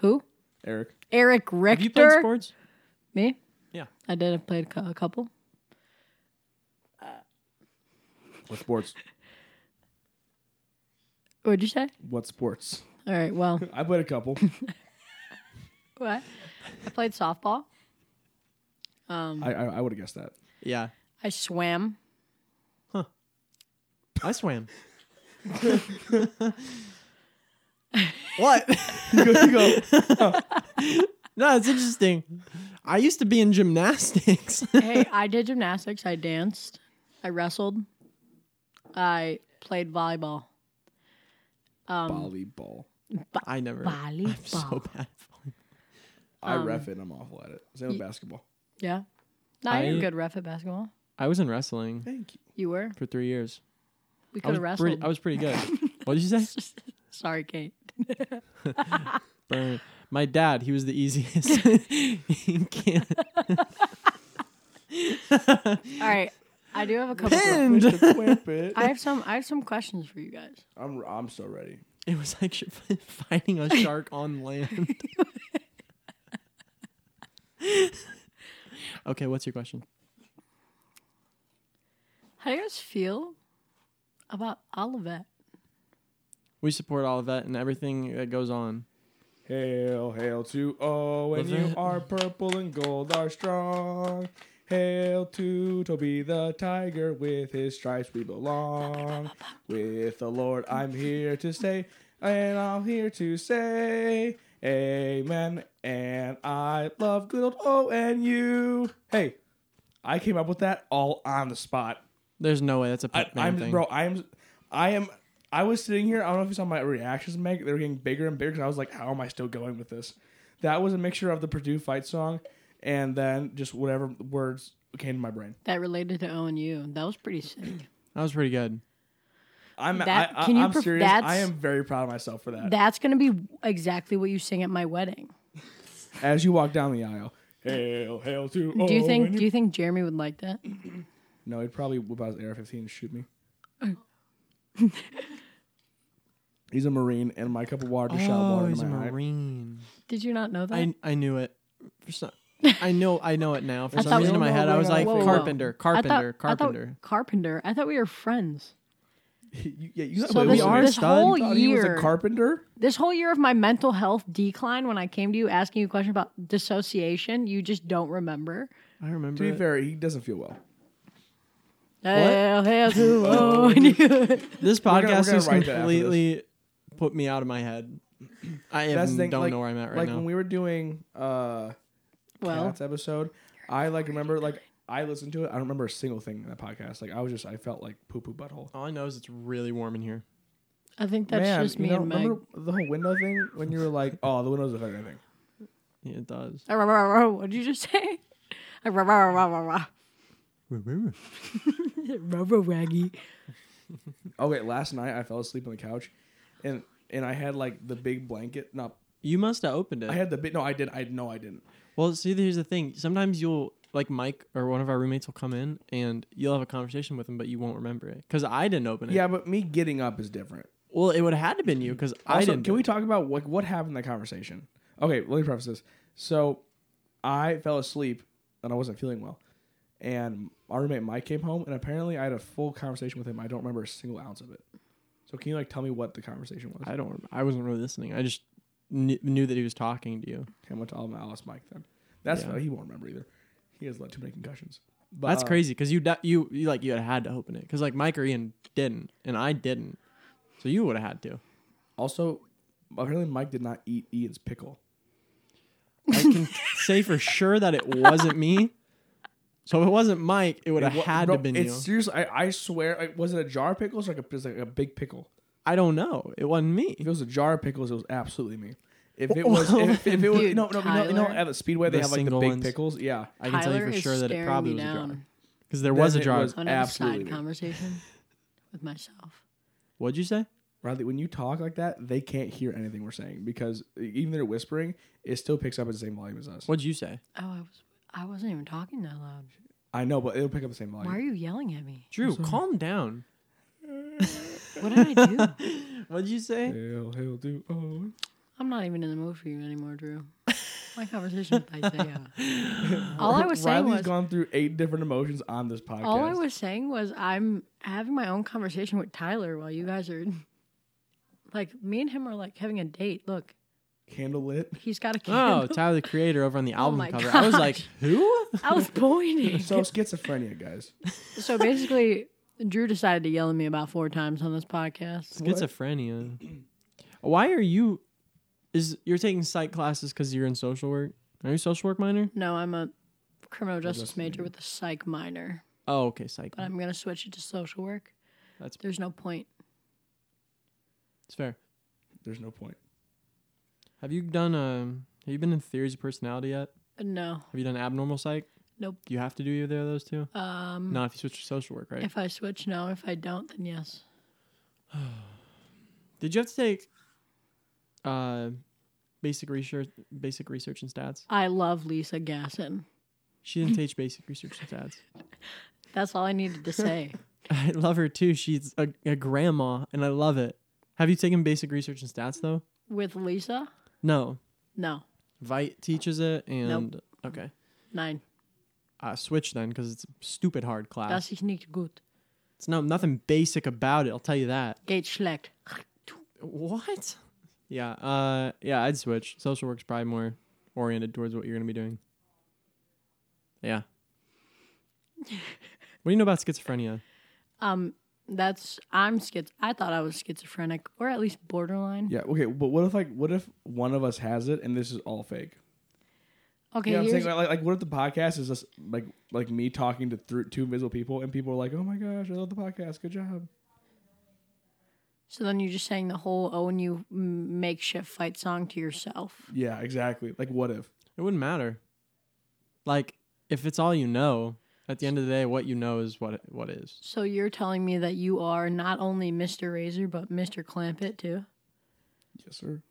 Who?
Eric?
Eric
Have you played
Richter.
sports?
Me?
Yeah.
I did. I played cou- a couple.
What sports?
What'd you say?
What sports?
All right.
[laughs]
Well,
I played a couple.
what? I played softball. Um,
I I, I would have guessed that.
[laughs] Yeah.
I swam.
Huh. I swam.
What? you go, you go.
No, it's interesting. I used to be in gymnastics. [laughs]
hey, I did gymnastics. I danced. I wrestled. I played volleyball.
volleyball.
I never.
Volleyball.
I'm so bad. at volleyball.
I ref it. I'm awful at it. Same with basketball.
Yeah. No, I, you're
I-
a good ref at basketball.
I was in wrestling
Thank you.
You were.
for three years.
We
I
could
was
have wrestled.
pretty. I was pretty
[laughs]
good. what did you say?
Sorry, Kate.
Burn. My dad, he was the easiest.
[laughs]
[laughs] he can't.
[laughs] All right. I do have a couple.
Pinned.
Whip it.
[laughs] I have some. I have some questions for you guys.
I'm I'm so ready.
It was like sh- [laughs] fighting a shark on
[laughs]
land. okay, what's your question?
How do you guys feel about Olivet?
We support all of that and everything that goes on.
Hail, hail to oh, when
Was
you
it-
are purple and gold are strong. Hail to Toby the tiger, with his stripes we belong. With the Lord I'm here to stay, and I'm here to say amen. And I love good old O and you. Hey, I came up with that all on the spot.
There's no way that's a
I,
Pac-Man
I'm
thing.
bro. I am. I am. I was sitting here. I don't know if you saw my reactions, Meg. They were getting bigger and bigger. Cause I was like, how am I still going with this? That was a mixture of the Purdue fight song, and then just whatever words came to my brain.
That related to ONU. That was pretty sick.
That was pretty good.
I'm.
That-
I, I,
can you
I'm
perf-
serious.
that's-
I am very proud of myself for
Uh,
that.
That's gonna be exactly what you sing at my wedding.
As you walk down the aisle, hail, hail to.
Do
Oh,
you think? Do you think Jeremy would like that?
No, he'd probably whip out his AR-15 and shoot me.
[laughs]
he's a marine, and my cup of water just shot water
Oh, he's a
in my eye.
marine.
Did you not know that?
I I knew it. For
[laughs]
some, I know I know it now. For
I
some
thought-
reason in my head, I was like
Whoa, whoa, whoa.
carpenter,
I
carpenter,
thought- I thought-
carpenter.
carpenter. I thought we were friends.
[laughs] You- yeah, you
So
Wait,
this,
we are
this
stunned?
whole
thought he was a
year,
carpenter.
this whole year of my mental health decline, when I came to you asking you a question about dissociation, you just don't remember.
I remember.
To be
it.
fair, he doesn't feel well.
Hail,
[laughs]
hail to ONU.
This
gonna- we're
podcast
gonna
has
write that after
completely put me out of my head. I
That's
am,
the thing.
don't
like,
know where I'm at right
like
now.
when we were doing uh
well,
cats episode, I like remember like I listened to it. I don't remember a single thing in that podcast. Like I was just I felt like poo poo butthole.
All I know is it's really warm in here.
I think that's
Man,
just
you
me
know,
and Meg.
remember the whole window thing when you were like, "Oh, the windows affect everything."
Yeah, it does.
[laughs] What did you just say? Raggy. [laughs]
Okay, last night I fell asleep on the couch, and and I had like the big blanket. No,
You must have opened it.
I had the big. No, I did. I no, I didn't.
well, see, here's the thing. Sometimes you'll like Mike or one of our roommates will come in and you'll have a conversation with him, but you won't remember it because I didn't open it.
Yeah, but me getting up is different.
Well, it would have had to been you because I
Also,
didn't.
Can
do
we
it.
talk about what what happened in that conversation? Okay, let me preface this. So, I fell asleep and I wasn't feeling well, and our roommate Mike came home, and apparently I had a full conversation with him. I don't remember a single ounce of it. So, can you like tell me what the conversation was?
I don't. rem- I wasn't really listening. I just kn- knew that he was talking to you.
Okay, I went to all my Alice Mike then. That's
Yeah.
fine. he won't remember either. He has like too many concussions. But,
That's
uh,
crazy because you, di- you you like you had had to open it because like Mike or Ian didn't and I didn't, so you would have had to.
Also, apparently Mike did not eat Ian's pickle.
I can say for sure that it wasn't me. So if it wasn't Mike, it would have
What-
had
bro,
to been you.
it's seriously. I, I swear, like, was it a jar of pickles or like a, just like a big pickle?
I don't know. It wasn't
If
me.
it was a jar of pickles, it was absolutely me. If it was, if, if it was,
Dude,
no, no, no, you know,
Tyler.
at the speedway they
The
have like the
single
big
ones.
pickles. Yeah,
I can tell you
Tyler
for
is
sure that it
staring
probably
me
was a jar
down.
because there was a
Then it
jar.
was-
I want to have a
Absolutely.
side
[laughs]
conversation with myself.
What'd you say?
Riley. When you talk like that, they can't hear anything we're saying because e, even they're whispering, it still picks up at the same volume as us.
What'd you say?
Oh, I was. I wasn't even talking that loud.
I know, but it'll pick up the same
Why are
volume.
you yelling
[laughs]
at me?
Drew, calm down.
What did I do?
What'd you say?
Hail, hail, do, oh.
I'm not even in the mood for you anymore,
[laughs]
Drew. My conversation with Isaiah. all I was saying
Riley's
was,
gone through eight different emotions on this podcast.
all I was saying was, I'm having my own conversation with Tyler while you guys are, like, me and him are like having a date. Look,
candle lit.
he's got a
[laughs] Oh,
[laughs] candle.
Tyler the Creator over on the album
Oh my
cover. I was
[laughs] gosh.
like, who? [laughs]
[laughs] I was pointing.
So schizophrenia, guys.
so basically, Drew decided to yell at me about four times on this podcast.
What?
Schizophrenia. Why are you? Is you're taking psych classes because you're in social work? Are you a social work minor?
No, I'm a criminal justice
justice
major
major.
with a psych minor,
Oh, okay, psych.
but I'm going to switch it to social work.
That's
There's no point.
it's fair.
There's no point.
Have you done um? Have you been in theories of personality yet?
Uh, No.
Have you done abnormal psych?
Nope.
Do you have to do either of those two?
Um,
Not if you switch to social work, right?
If I switch, no. If I don't, then yes.
Did you have to take uh basic research basic research and stats?
I love Lisa Gasson.
She
[laughs]
didn't teach basic research and stats.
That's all I needed
[laughs]
to say.
I love her too. She's a, a grandma and I love it. Have you taken basic research and stats though?
With Lisa?
No.
No.
Vite teaches it and okay.
Nein.
Uh, switch then because it's a stupid hard class.
Das ist nicht gut.
it's no nothing basic about it. I'll tell you that.
Geht schlecht.
What? Yeah, uh yeah, I'd switch. Social work's probably more oriented towards what you're gonna be doing.
[laughs]
Yeah. what do you know about schizophrenia?
Um, that's I'm schiz. I thought I was schizophrenic, or at least borderline.
Yeah. Okay. But what if like what if one of us has it and this is all fake?
Okay,
You know what I'm
here's,
saying? Like, like, what if the podcast is just like like me talking to th- two visible people and people are like, oh my gosh, I love the podcast. Good job.
so then you're just saying the whole "Oh, and you m- makeshift fight song to yourself.
Yeah. Exactly. Like, what if?
It wouldn't matter. Like, if it's all you know, at the end of the day, what you know is what what is.
So you're telling me that you are not only Mr. Razor but Mr. Clampett too.
Yes, sir.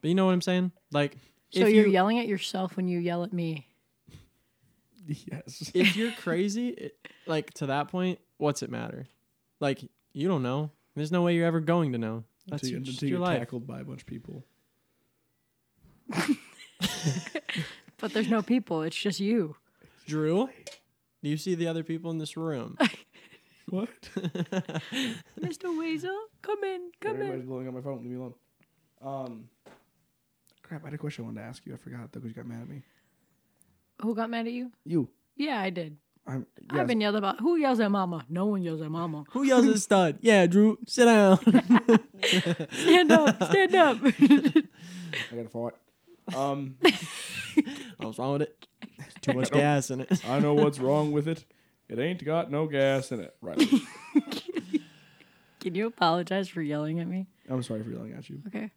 But you know what I'm saying? Like,
So
if
you're
you,
yelling at yourself when you yell at me.
[laughs] Yes.
if you're crazy, [laughs] it, like to that point, what's it matter? Like, you don't know. There's no way you're ever going to know. That's
until you,
just
until
your
you're
life.
tackled by a bunch of people.
But there's no people. It's just you.
Drew, do you see the other people in this room?
What?
Mr. Weasel, come in, come
Everybody's
in.
blowing up my phone. Leave me alone. Um. Crap. I had a question I wanted to ask you. I forgot though because you got mad at me.
Who got mad at you?
You.
Yeah, I did.
I'm.
I've
yes.
been yelled about. Who yells at mama? No one yells at mama.
Who yells at stud? Yeah, Drew, sit down.
Stand up, stand up.
I gotta fart. Um.
What's wrong with it? Too much gas in it.
I know what's wrong with it. It ain't got no gas in it. Right.
[laughs] Can you apologize for yelling at me?
I'm sorry for yelling at you.
Okay.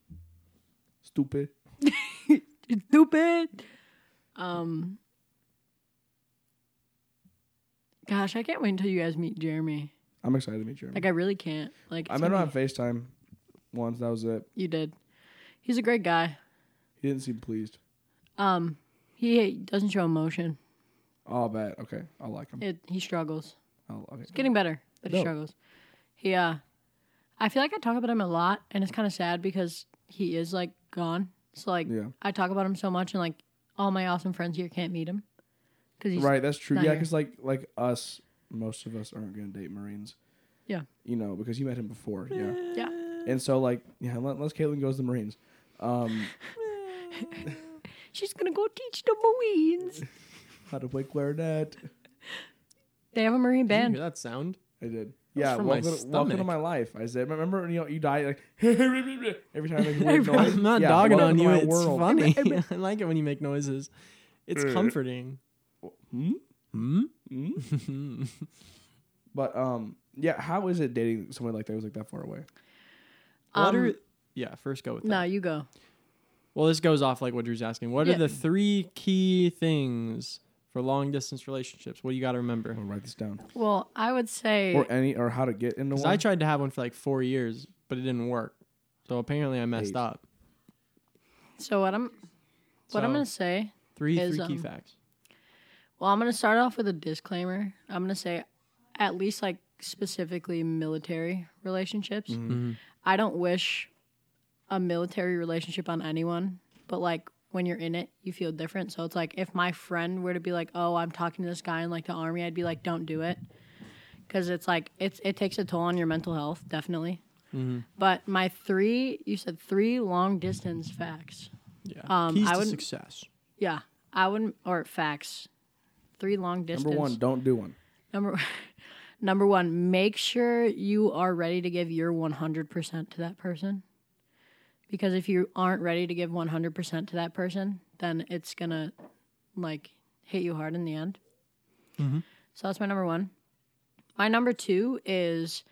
Stupid.
Stupid. Um. Gosh, I can't wait until you guys meet Jeremy.
I'm excited to meet you.
Like, I really can't. Like,
I met him on FaceTime once. That was it.
you did. He's a great guy.
He didn't seem pleased.
Um, he doesn't show emotion.
Oh, bad. Okay, I like him.
It he struggles.
I'll, okay.
It's getting better, but he
No.
struggles. He, uh, I feel like I talk about him a lot, and it's kind of sad because he is like gone. So like,
Yeah.
I talk about him so much, and like all my awesome friends here can't meet him because he's
Right, that's true.
not
Yeah,
here.
because like like us, most of us aren't gonna date Marines.
Yeah.
You know, because you met him before. Yeah.
Yeah.
And so like yeah, unle- unless Caitlin goes to the Marines. Um,
She's gonna go teach the Marines.
how to play clarinet.
they have a Marine
Did you hear
band.
that sound?
I did. Yeah,
from my
welcome, to- welcome to
stomach.
my life. I said, remember when, you know you die like [laughs] every time I make a weird
[laughs]
noise.
I'm not
Yeah,
dogging
welcome
on
to
you.
my
It's
world. [laughs]
funny. [laughs] I like it when you make noises. It's
Uh.
comforting.
Hmm?
Hmm?
Hmm? but um, yeah, how is it dating someone like that who's like that far away?
What
Um,
are yeah? First go with
No,
that.
you go.
Well, this goes off like what Drew's asking. What
Yeah.
are the three key things for long distance relationships? What do you got to remember?
I'm gonna write this down.
Well, I would say
Or any, or how to get into
Because
one.
I tried to have one for like four years, but it didn't work. So apparently, I messed
Eight.
up.
so. What I'm what I'm
So-
gonna say
Three
Is,
three key
um,
facts.
Well, I'm gonna start off with a disclaimer. I'm gonna say, at least like specifically military relationships. I don't wish a military relationship on anyone, but like when you're in it, you feel different. So it's like if my friend were to be like, "Oh, I'm talking to this guy in like the army," I'd be like, "Don't do it," because it's like it's it takes a toll on your mental health, definitely. But my three, you said three long distance facts.
Yeah.
um,
Keys
I
to
wouldn't-
success.
Yeah, I wouldn't or facts. Three long distance.
Number one, don't do one.
Number [laughs] Number one, make sure you are ready to give your 100% to that person. Because if you aren't ready to give 100% to that person, then it's going to like hit you hard in the end. So that's my number one. My number two is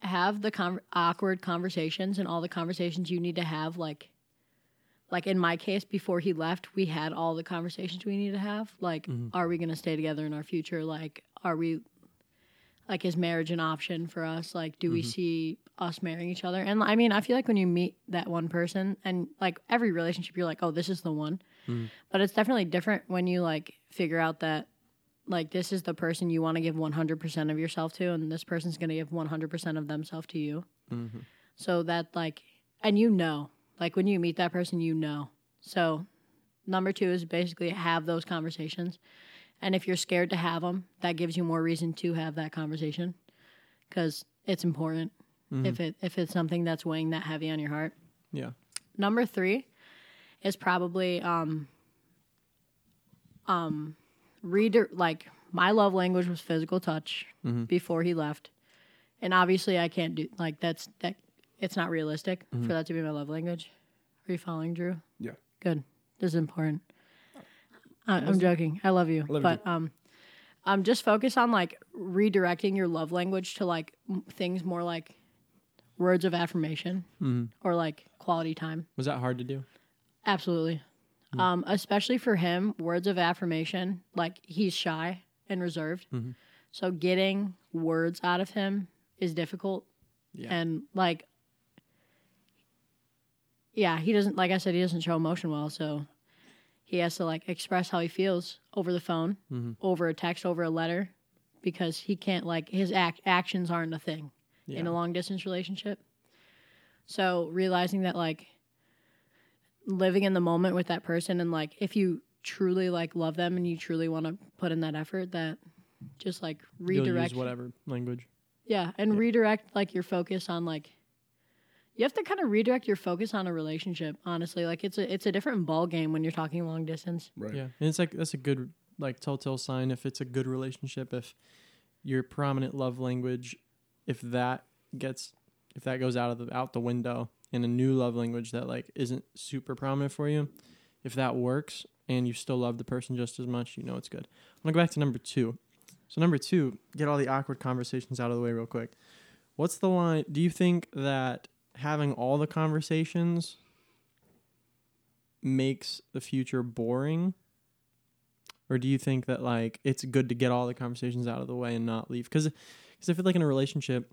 have the con- awkward conversations and all the conversations you need to have like like in my case before he left we had all the conversations we need to have like are we going to stay together in our future like are we like is marriage an option for us like do we see us marrying each other and i mean i feel like when you meet that one person and like every relationship you're like oh this is the one but it's definitely different when you like figure out that like this is the person you want to give 100% of yourself to and this person's going to give 100% of themselves to you so that like and you know like when you meet that person you know so number two is basically have those conversations and if you're scared to have them that gives you more reason to have that conversation because it's important if it if it's something that's weighing that heavy on your heart
Yeah.
number three is probably um um reader like my love language was physical touch
Mm-hmm.
before he left and obviously i can't do like that's that it's not realistic
Mm-hmm.
for that to be my love language are you following drew
Yeah.
good this is important I, i'm joking i love you
love you
but
too.
um um just focus on like redirecting your love language to like m- things more like words of affirmation
Mm-hmm.
or like quality time
Was that hard to do?
Absolutely. Um, especially for him, words of affirmation, like he's shy and reserved. So getting words out of him is difficult.
Yeah.
And like yeah, he doesn't like I said, he doesn't show emotion well, so he has to like express how he feels over the phone, over a text, over a letter, because he can't like his act actions aren't a thing in
Yeah.
a long distance relationship. So realizing that like living in the moment with that person and like if you truly like love them and you truly want to put in that effort that just like
You'll
redirect
use whatever language.
yeah and redirect like your focus on like you have to kind of redirect your focus on a relationship honestly like it's a it's a different ball game when you're talking long distance
Right.
Yeah, and it's like that's a good like telltale sign if it's a good relationship if your prominent love language if that gets if that goes out of the out the window and a new love language that like isn't super prominent for you if that works and you still love the person just as much you know it's good i'm gonna go back to number two so number two get all the awkward conversations out of the way real quick what's the line do you think that having all the conversations makes the future boring or do you think that like it's good to get all the conversations out of the way and not leave because i feel like in a relationship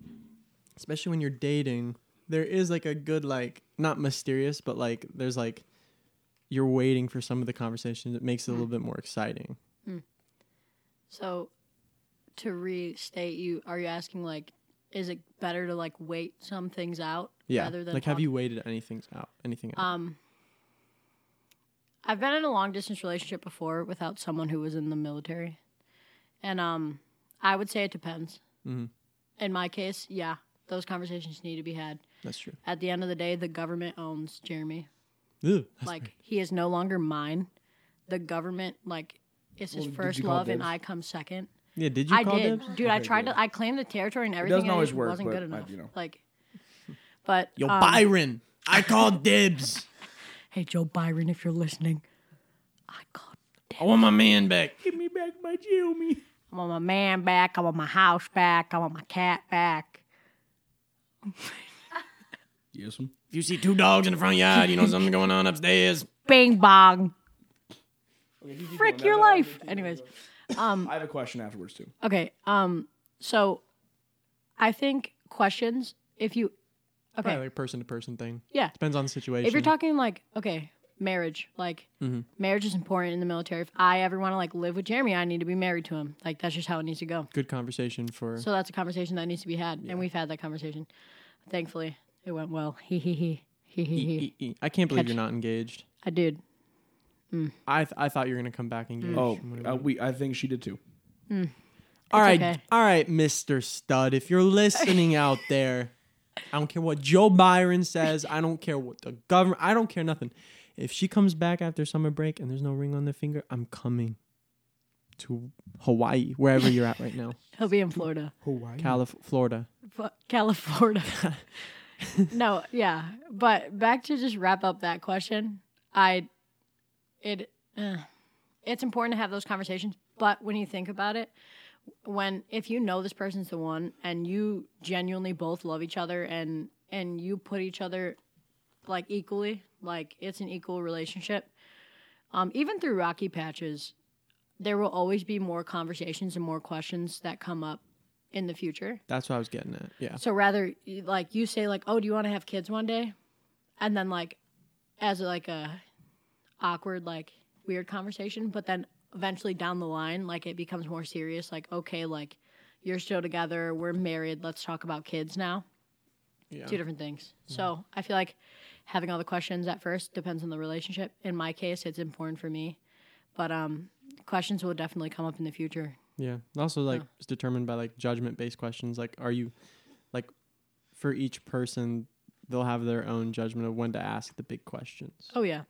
especially when you're dating there is like a good like not mysterious but like there's like you're waiting for some of the conversations that makes it a little bit more exciting
so to restate you are you asking like is it better to like wait some things out
yeah
rather than
like
talk-
have you waited anything out anything out
Um, I've been in a long distance relationship before without someone who was in the military, and um, I would say it depends.
Mhm.
In my case, yeah, those conversations need to be had.
that's true
At the end of the day, the government owns Jeremy.
Ew, that's
Like he is no longer mine. The government, like, is his
Well, did
first
you call
dibs? and
dibs?
I come second.
yeah did you
I
call
did,
dibs?
dude. I tried to. I claimed the territory and everything.
doesn't
and it
always
just
work,
wasn't
but,
good
uh,
enough.
you know.
Like, but
yo
um,
byron i called dibs
Hey, Joe Byron, if you're listening, I called
i want my man back
Give me back my Jeremy.
I want my man back. I want my house back. I want my cat back.
Yes. um,
if you see two dogs in the front yard you know something going on upstairs
Bing bong.
Okay, you keep
Frick
going.
your
No, no, no,
life.
no, no, no,
Anyways,
no, no. Um, I have a question afterwards too.
okay. Um, so I think questions. If you, okay,
Probably like person to person thing
yeah.
depends on the situation
If you're talking like okay, marriage, like marriage is important in the military. If I ever want to like live with Jeremy, I need to be married to him. Like that's just how it needs to go.
good conversation for
So that's a conversation that needs to be had, and we've had that conversation. Thankfully, it went well. He he he he he he.
E- e- e. I can't believe
Catch-
you're not engaged.
I did.
I th- I thought you were gonna come back engaged.
Oh,
What do
uh,
you-
we. I think she did too.
all right,
okay.
all right, Mister Stud. If you're listening
[laughs]
out there, I don't care what Joe Byron says. I don't care what the government. I don't care nothing. If she comes back after summer break and there's no ring on the finger, I'm coming. to Hawaii, wherever you're at right now,
He'll be in Florida.
Hawaii.
Calif- Florida.
Fu- California. no, yeah, but back to just wrap up that question. I, it, uh, it's important to have those conversations. But when you think about it, when if you know this person's the one and you genuinely both love each other and and you put each other like equally, like it's an equal relationship. Um, even through rocky patches, there will always be more conversations and more questions that come up in the future.
That's what I was getting at. Yeah.
So rather, you- like you say, like, "Oh, do you want to have kids one day?" And then, like, as like a awkward, like weird conversation, but then eventually down the line, like it becomes more serious. Like, okay, like you're still together, we're married, let's talk about kids now.
Yeah.
Two different things. So I feel like having all the questions at first depends on the relationship. In my case, it's important for me, but um, questions will definitely come up in the future.
Yeah. And Also, like, it's determined by like judgment based questions. Like, are you, like, for each person, they'll have their own judgment of when to ask the big questions.
Oh yeah.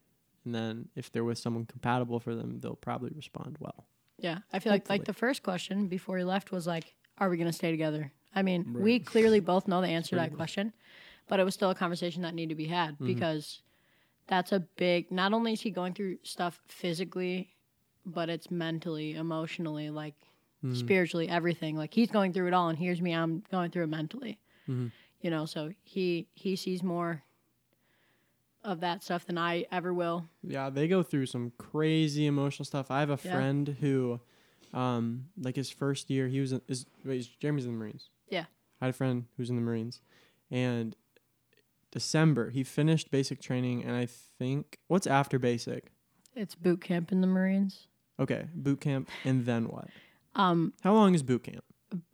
And then if they're with someone compatible for them, they'll probably respond well.
Yeah, I feel like like
Hopefully.
the first question before he left was like, "Are we going to stay together?" I mean, we clearly both know the answer to that question, but it was still a conversation that needed to be had because that's a big. Not only is he going through stuff physically, but it's mentally, emotionally, like spiritually, everything. Like he's going through it all, and here's me, I'm going through it mentally. You know, so he he sees more of that stuff than I ever will.
Yeah, they go through some crazy emotional stuff. I have a
Yeah.
friend who, um, like his first year, he was in, is wait, is- Jeremy's in the Marines.
Yeah.
I had a friend who's in the Marines, and December he finished basic training, and I think what's after basic?
It's boot camp in the Marines.
Okay, boot camp, and then what?
Um,
How long is boot camp?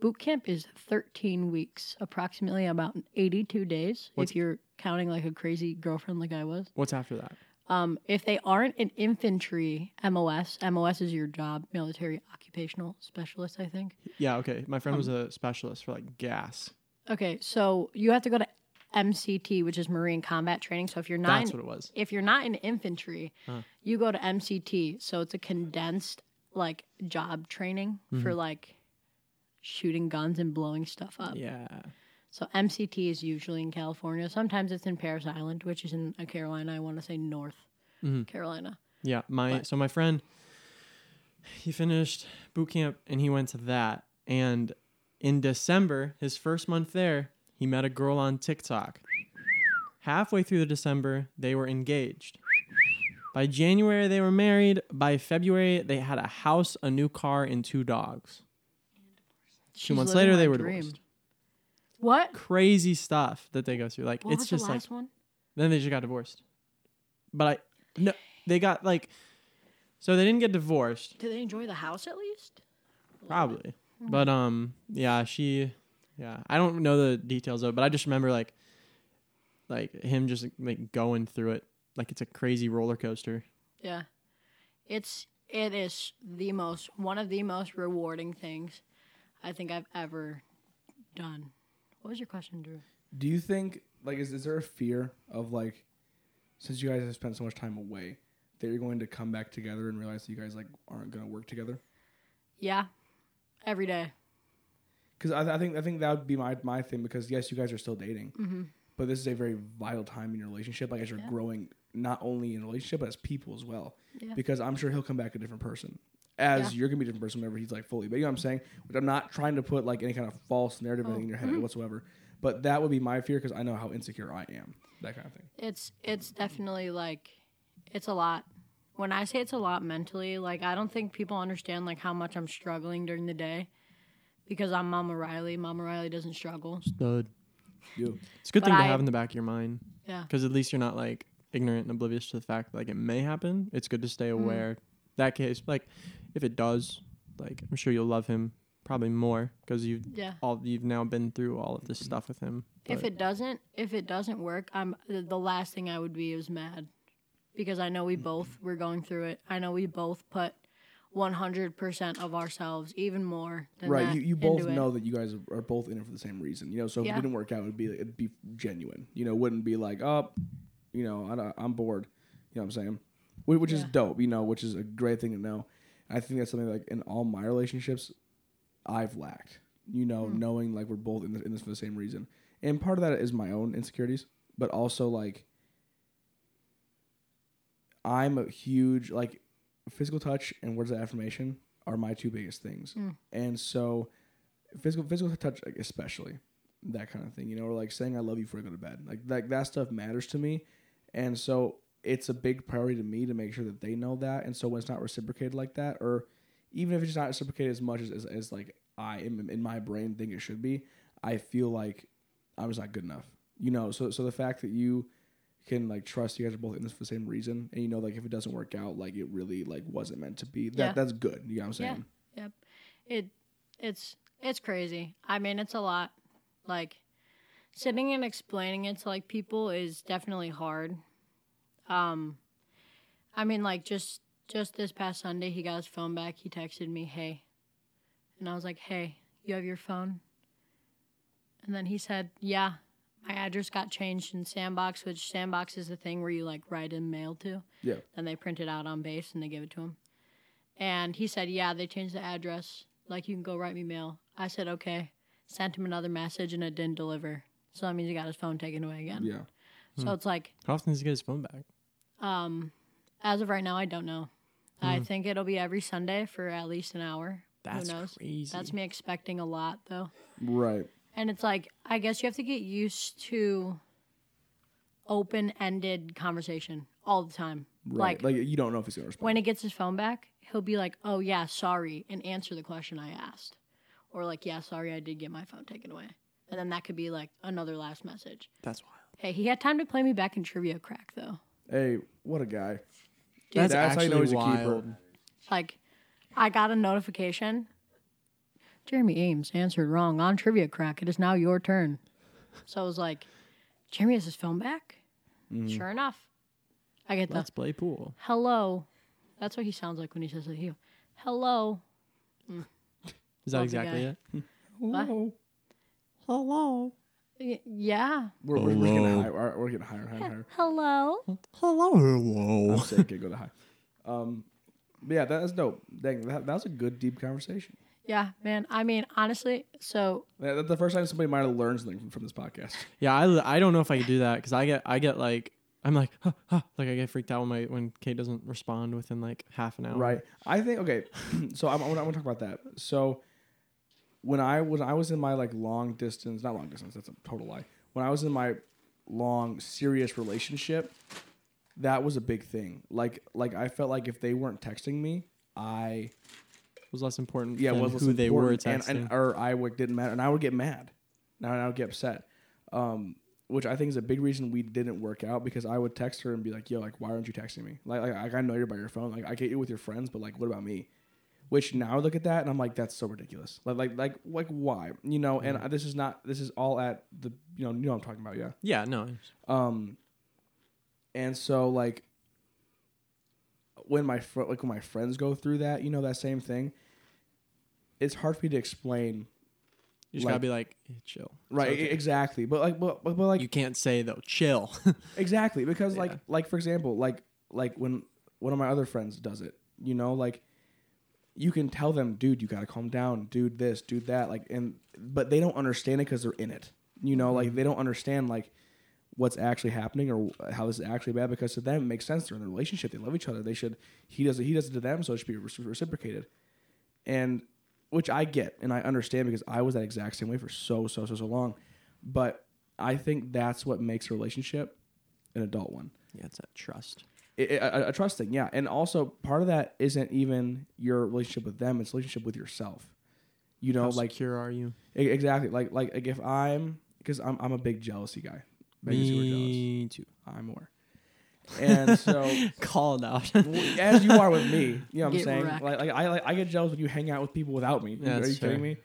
Boot camp is 13 weeks, approximately about 82 days,
What's-
if you're counting like a crazy girlfriend like I was.
What's after that?
Um, if they aren't an infantry MOS, MOS is your job, military occupational specialist, I think.
Yeah, okay. My friend was a specialist for like gas.
Okay, so you have to go to MCT, which is Marine Combat Training. So if you're not
That's
in-
what it was.
if you're not in infantry, you go to MCT. So it's a condensed like job training
Mm-hmm.
for like shooting guns and blowing stuff up.
Yeah.
So MCT is usually in California. Sometimes it's in Paris Island, which is in uh, Carolina. I want to say North
Mm-hmm.
Carolina.
Yeah, my so my friend he finished boot camp and he went to that and in December, his first month there, he met a girl on TikTok. Halfway through the December, they were engaged. By January, they were married. By February, they had a house, a new car, and two dogs.
She's
months later,
living my
they were
dream.
divorced.
What?
Crazy stuff that they go through. Like
What
it's
was
just
the
like
last one?
Then they just got divorced. But I no, they got like, so they didn't get divorced
Did they enjoy the house at least?
probably.
Hmm.
But um, yeah, she, yeah, I don't know the details of, it, but I just remember like, like him just like going through it like it's a crazy roller coaster.
Yeah. It's it is the most one of the most rewarding things I think I've ever done. What was your question, Drew?
Do you think like is is there a fear of like since you guys have spent so much time away that you're going to come back together and realize that you guys like aren't going to work together?
Yeah. Every day.
Because I, I think I think that would be my my thing. Because yes, you guys are still dating,
Mm-hmm.
but this is a very vital time in your relationship. Like as you're growing, not only in a relationship but as people as well.
Yeah.
Because I'm sure he'll come back a different person. As you're gonna be a different person whenever he's like fully. But you know what I'm saying? Which I'm not trying to put like any kind of false narrative in your
Mm-hmm.
head whatsoever. But that would be my fear because I know how insecure I am. That kind of thing.
It's it's definitely like it's a lot. When I say it's a lot mentally, like I don't think people understand like how much I'm struggling during the day because I'm Mama Riley. Mama Riley doesn't struggle.
Stud.
You.
It's a good
But
thing to
I-
have in the back of your mind
Yeah.
because at least you're not like ignorant and oblivious to the fact like it may happen. It's good to stay
Mm.
aware. That case, like if it does, like I'm sure you'll love him probably more because you've
Yeah. Mm.
all you've now been through all of this stuff with him.
If it doesn't if it doesn't work, I'm the the last thing I would be is mad because I know
Mm-hmm.
we both were going through it. I know we both put 100% of ourselves, even more than
Right.
that
You, you both
into it.
know that you guys are both in it for the same reason. You know, so if
Yeah.
it didn't work out, it'd be it'd be genuine. You know, it wouldn't be like, oh, you know, I, don't- I'm bored. You know what I'm saying? Wh- Which is
Yeah.
dope. You know, which is a great thing to know. I think that's something like in all my relationships, I've lacked. You know,
Hmm.
knowing like we're both in, the, in this for the same reason, and part of that is my own insecurities, but also like I'm a huge like physical touch and words of affirmation are my two biggest things,
Hmm.
and so physical physical touch like, especially that kind of thing you know or like saying i love you before i go to bed like that, that stuff matters to me and so it's a big priority to me to make sure that they know that and so when it's not reciprocated like that or even if it's not reciprocated as much as, as, as like i am in my brain think it should be i feel like i was not good enough you know so so the fact that you can like trust you guys are both in this for the same reason and you know like if it doesn't work out like it really like wasn't meant to be that
Yeah.
that's good you know what i'm saying
Yeah. Yep. It it's it's crazy. I mean, it's a lot. Like sitting and explaining it to like people is definitely hard. Um I mean, like just just this past Sunday, he got his phone back. He texted me, "Hey." And I was like, "Hey, you have your phone?" And then he said, "Yeah, my address got changed in Sandbox, which Sandbox is the thing where you like write in mail to."
yeah,
Then they print it out on base and they give it to him. And he said, Yeah, they changed the address. Like, you can go write me mail. I said, Okay. Sent him another message and it didn't deliver. So that means he got his phone taken away again.
yeah.
So it's like,
How often does he get his phone back?
um, as of right now, I don't know.
Mm.
I think it'll be every Sunday for at least an hour.
That's
Who knows?
crazy.
That's me expecting a lot, though.
right
And it's like, I guess you have to get used to open ended conversation all the time.
right like, you don't know if he's gonna respond
when he gets his phone back, he'll be like, "Oh yeah, sorry," and answer the question I asked, or like, "Yeah, sorry, I did get my phone taken away," and then that could be like another last message.
That's wild.
Hey, he had time to play me back in trivia crack though.
hey what a guy
That's,
That's how
actually
you know he's a
wild.
keeper.
Like, I got a notification. Jeremy Ames answered wrong on trivia crack. It is now your turn. So I was like, Jeremy has his phone back. Sure enough, I get the
Let's play pool.
hello. That's what he sounds like when he says it to you. Hello.
Is that
Lovely
exactly
guy.
it?
Hello.
Hello.
Y- yeah.
We're, we're, we're getting
Hello.
higher. We're, we're getting higher, higher, higher.
Hello.
Hello. [laughs]
I'm
Hello.
sick. Can't go that high. Um, but yeah, that's dope. Dang, that, that was a good deep conversation.
Yeah, man. I mean, honestly, so
That, that's the first time somebody might have learned something from, from this podcast.
Yeah, I, I don't know if I could do that because I get I get like I'm like huh, huh, like I get freaked out when my when Kate doesn't respond within like half an hour.
Right. I think okay. [clears throat] so I'm, I want to talk about that. So when I was I was in my like long distance, not long distance. That's a total lie. When I was in my long serious relationship, that was a big thing. Like like I felt like if they weren't texting me, I
was less important.
yeah,
Yeah,
it
than
was
who they were
and,
texting.
and or I would didn't matter, and I would get mad, now I would get upset, um, which I think is a big reason we didn't work out because I would text her and be like, "Yo, like, why aren't you texting me? Like, like, like, I know you're by your phone, like, I get you with your friends, but like, what about me?" Which now I look at that and I'm like, that's so ridiculous. Like, like, like, like, why? You know, and
Mm.
this is not. This is all at the. You know, you know what I'm talking about, yeah.
yeah, no,
Um, and so like when my fr- like when my friends go through that, you know that same thing. It's hard for me to explain,
you just
Like-
gotta be like hey, chill.
right?
It's okay.
Exactly, but like, but, but, but like,
You can't say though, chill. [laughs]
exactly because like
Yeah.
like for example like like when one of my other friends does it you know like you can tell them dude you gotta calm down dude this dude that like and but they don't understand it because they're in it you know like they don't understand like what's actually happening or how this is actually bad because to them it makes sense they're in a relationship they love each other they should he does it he does it to them so it should be reci- reciprocated and which I get and I understand because I was that exact same way for so so so so long. But I think that's what makes a relationship an adult one.
yeah, it's that trust.
It, it- a, a trust thing, yeah. And also part of that isn't even your relationship with them; it's relationship with yourself. You know,
How
like
secure are you?
e- exactly, like like, like if I'm because I'm I'm a big jealousy guy. Megan's super jealous.
Me too. [laughs]
I'm more. And so
Called out.
well, as you are with me. You know what I'm
Get
saying?
wrecked.
Like, like I like, I get jealous when you hang out with people without me.
Yeah,
are
that's
you kidding
fair.
me?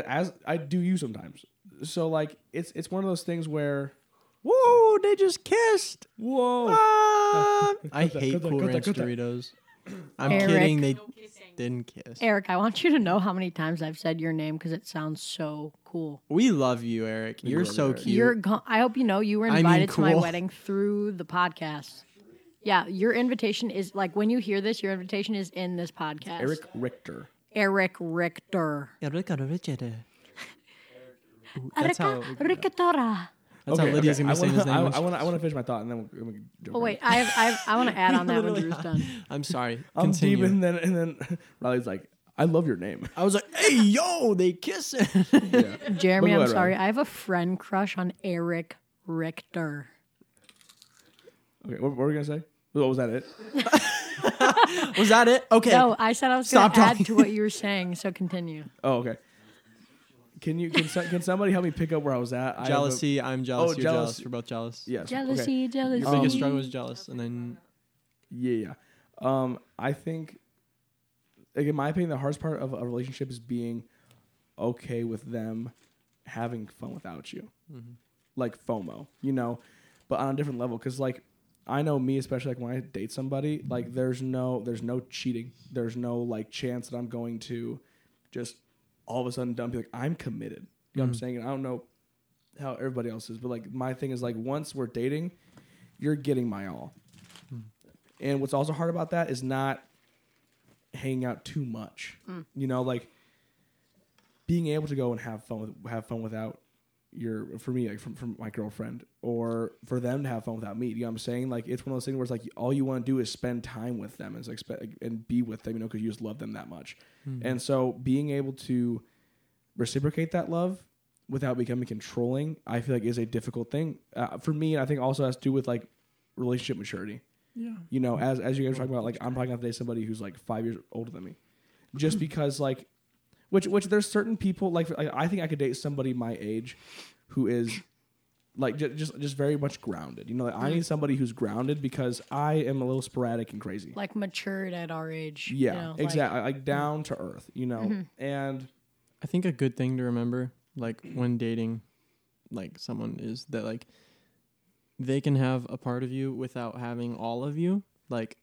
A- As I do you sometimes. So like it's it's one of those things where
[laughs] Whoa, they just kissed.
whoa.
Ah! [laughs] I
Cut that,
hate
cut that,
Cool
cut that,
Ranch
cut that. [laughs]
Doritos. I'm
Eric.
kidding. They
No kissing.
didn't kiss.
Eric, I want you to know how many times I've said your name because it sounds so cool.
We love you, Eric. You're
love you,
so
Eric.
cute.
You're. Go- I hope you know you were
I mean
invited to my
cool.
wedding through the podcast. Yeah, your invitation is like when you hear this, your invitation is in this podcast.
Eric Richter.
Eric Richter.
Erica Richard. That's how,
Erica Richter.
that's how Lydia's gonna be saying his
I
name.
wanna, I, I want to. I want to finish my thought, and then we'll, we can jump
Oh
in.
wait, I have, I, have, I want to add on that
[laughs]
when
Literally.
Drew's done.
I'm sorry.
I'm
Continue.
deep, and then and then [laughs] Riley's like, "I love your
[laughs]
name."
I was like, hey, yo, they kissing. [laughs]
Yeah.
Jeremy,
But go
I'm
ahead,
sorry. I have a friend crush on Eric Richter.
okay. What, what were we gonna say? What was that? It.
was that it? Okay.
No, I said I was going
Stop
to add
talking.
to what you were saying, so
[laughs]
continue.
Oh, okay. Can you can, so- can somebody help me pick up where I was at? I have a-
Jealousy. i I'm jealous.
Oh,
you're
jealous.
jealous. We're both jealous.
yes. okay.
Jealousy, jealousy.
Your biggest struggle was jealous, and then
Yeah, yeah. Um, I think, like in my opinion, the hardest part of a relationship is being okay with them having fun without you, like FOMO, you know, but on a different level. Because like, I know me especially, like when I date somebody, like there's no there's no cheating, there's no like chance that I'm going to just all of a sudden dump. you. Like I'm committed. You know what I'm saying? And I don't know how everybody else is, but like my thing is like once we're dating, you're getting my all. And what's also hard about that is not hanging out too much. You know, like being able to go and have fun with have fun without your for me like from, from my girlfriend or for them to have fun without me. You know what I'm saying? Like it's one of those things where it's like all you want to do is spend time with them and like spe- and be with them, you know, because you just love them that much. And so being able to reciprocate that love without becoming controlling, I feel like is a difficult thing uh, for me. And I think also has to do with like relationship maturity you know, as as you guys were talking about, like I'm probably gonna date somebody who's like five years older than me,
Mm-hmm.
just because like, which which there's certain people like, like, I think I could date somebody my age, who is, like just just, just very much grounded. You know, like I need somebody who's grounded because I am a little sporadic and crazy.
Like matured at our age. you
yeah,
know, like- Mm-hmm.
exactly. Like, down to earth, you know, and
I think a good thing to remember, like when dating, like someone is that like they can have a part of you without having all of you. Like,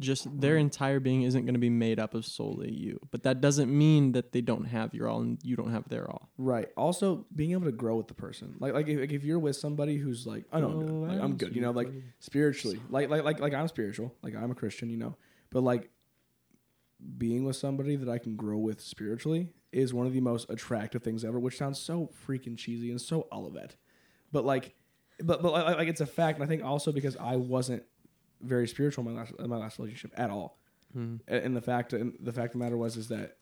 just their entire being isn't going to be made up of solely you. But that doesn't mean that they don't have your all and you don't have their all.
Right. Also, being able to grow with the person, like like if, like if you're with somebody who's like, I know I'm good, like, I'm good, you know, like spiritually, like like like like I'm spiritual, like I'm a Christian, you know, but like being with somebody that I can grow with spiritually is one of the most attractive things ever. Which sounds so freaking cheesy and so Olivet, but like, but but like, like it's a fact, and I think also because I wasn't very spiritual in my last in my last relationship at all, and, and the fact and the fact of the matter was is that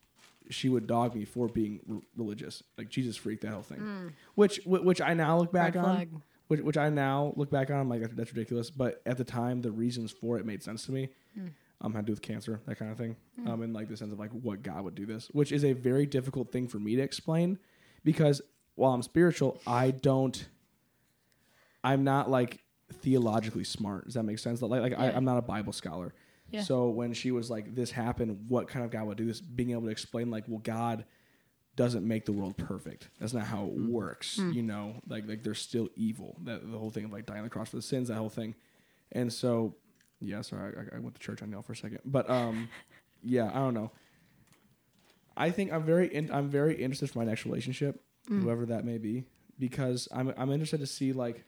she would dog me for being r- religious, like Jesus freak the hell thing, which whi- which I now look back
Hmm. Red
on,
flag.
which which I now look back on, I'm like that's ridiculous. But at the time, the reasons for it made sense to me.
Hmm.
Um, had to do with cancer, that kind of thing. Um, and like the sense of like what God would do this, which is a very difficult thing for me to explain, because while I'm spiritual, I don't. I'm not like theologically smart. Does that make sense? Like, like I,
Yeah.
I'm not a Bible scholar.
Yeah.
So when she was like, "This happened. What kind of God would do this?" Being able to explain, like, well, God doesn't make the world perfect. That's not how it
Hmm.
works. You know, like like there's still evil. That the whole thing of like dying on the cross for the sins. That whole thing. And so, yeah. Sorry, I, I went to church on y'all for a second, but um, [laughs] yeah. I don't know. I think I'm very in, I'm very interested for my next relationship,
Hmm.
whoever that may be, because I'm I'm interested to see like,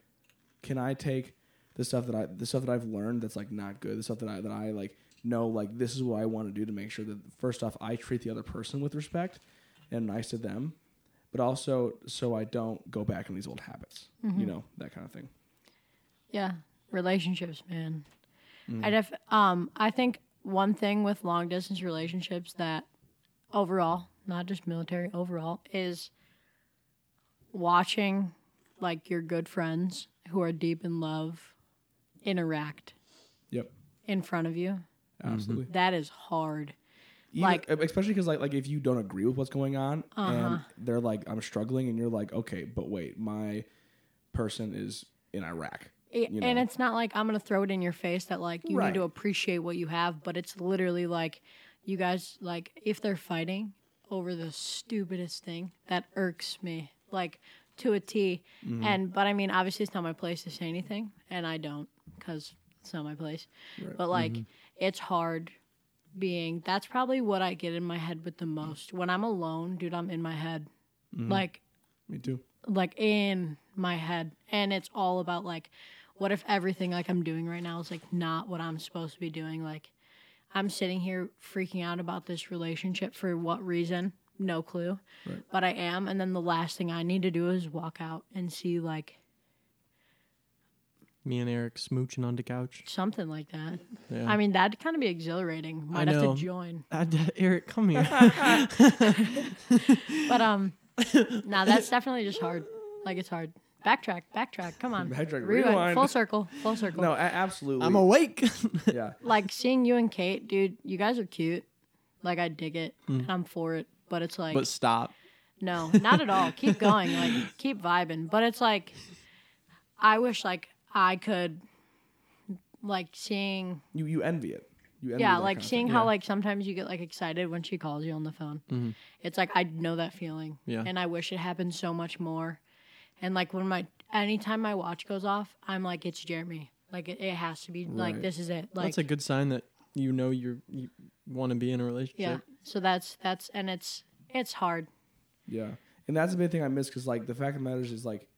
can I take the stuff that I the stuff that I've learned that's like not good, the stuff that I that I like know like this is what I want to do to make sure that first off I treat the other person with respect and nice to them, but also so I don't go back in these old habits,
Mm-hmm.
you know that kind of thing.
Yeah, relationships, man. I def um I think one thing with long distance relationships that overall, not just military, overall is watching like your good friends who are deep in love interact
Yep,
in front of you.
absolutely.
That is hard.
Even-
Mm-hmm.
e,
Like- Uh-huh.
especially because like like if you don't agree with what's going on and they're like I'm struggling and you're like okay but wait my person is in Iraq
I-
you
And
know.
it's not like I'm gonna throw it in your face that like you
Right.
need to appreciate what you have, but it's literally like you guys like if they're fighting over the stupidest thing that irks me like to a T.
Mm-hmm.
And but I mean, obviously it's not my place to say anything, and I don't because it's not my place. But like
Mm-hmm.
it's hard being. That's probably what I get in my head with the most when I'm alone, dude. I'm in my head, like
Mm-hmm. me too
like in my head and it's all about like what if everything like I'm doing right now is like not what I'm supposed to be doing? Like I'm sitting here freaking out about this relationship for what reason? No clue.
Right.
But I am and then the last thing I need to do is walk out and see like
Me and Eric smooching on the couch.
something like that.
Yeah.
I mean that'd kind of be exhilarating. Might
I
have to
know.
join.
I d- [laughs] Eric, come [laughs] here.
But um no, that's definitely just hard. Like it's hard. Backtrack, backtrack. Come on.
Backtrack, rewind.
Rewind. Full circle. Full circle.
No, a- absolutely.
I'm awake.
yeah.
like seeing you and Kate, dude, you guys are cute. Like I dig it. And I'm for it. But it's like
but stop.
no, not at all. keep going. Like keep vibing. But it's like I wish like I could like seeing
You you envy it. You envy
yeah,
that
like
kind of
seeing
thing.
how
Yeah.
like sometimes you get like excited when she calls you on the phone. It's like I know that feeling.
Yeah.
And I wish it happened so much more. And like when my anytime my watch goes off, I'm like, it's Jeremy. Like it, it has to be like
Right.
this is it. Like
That's a good sign that you know you're, you want to be in a relationship.
Yeah. So that's that's and it's it's hard.
Yeah, and that's the big thing I miss because like the fact of the matter is, is like,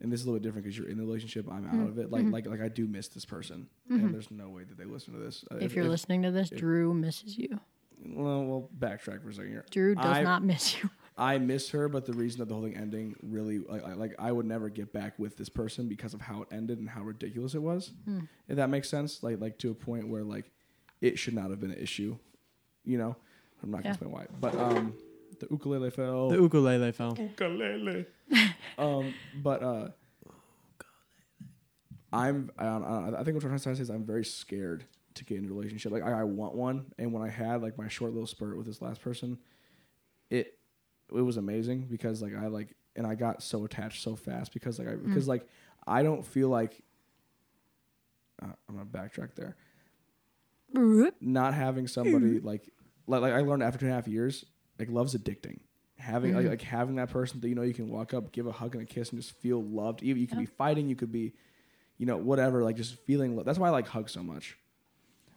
and this is a little bit different because you're in the relationship. I'm out of it. Like
Mm-hmm.
like like I do miss this person, and there's no way that they listen to this. Uh,
If, you're listening to this, Drew misses you.
well, we'll backtrack for a second here.
Drew does
I,
not miss you. [laughs]
I miss her, but the reason that the whole thing ending really like like, like I would never get back with this person because of how it ended and how ridiculous it was.
Hmm.
If that makes sense, like like to a point where like it should not have been an issue. You know, I'm not gonna
Yeah.
explain why, but um, the ukulele fell.
The ukulele fell.
ukulele. um, but uh, I'm I, don't- I, don't- I think what I'm trying to say is I'm very scared to get into a relationship. Like I, I want one, and when I had like my short little spurt with this last person, it it was amazing because like I like and I got so attached so fast because like I because like I don't feel like uh, I'm gonna backtrack there not having somebody like, like like I learned after two and a half years, like love's addicting. Having like, like having that person that you know you can walk up, give a hug and a kiss, and just feel loved. Even you could be fighting, you could be, you know, whatever. Like just feeling. Lo- That's why I like hugs so much.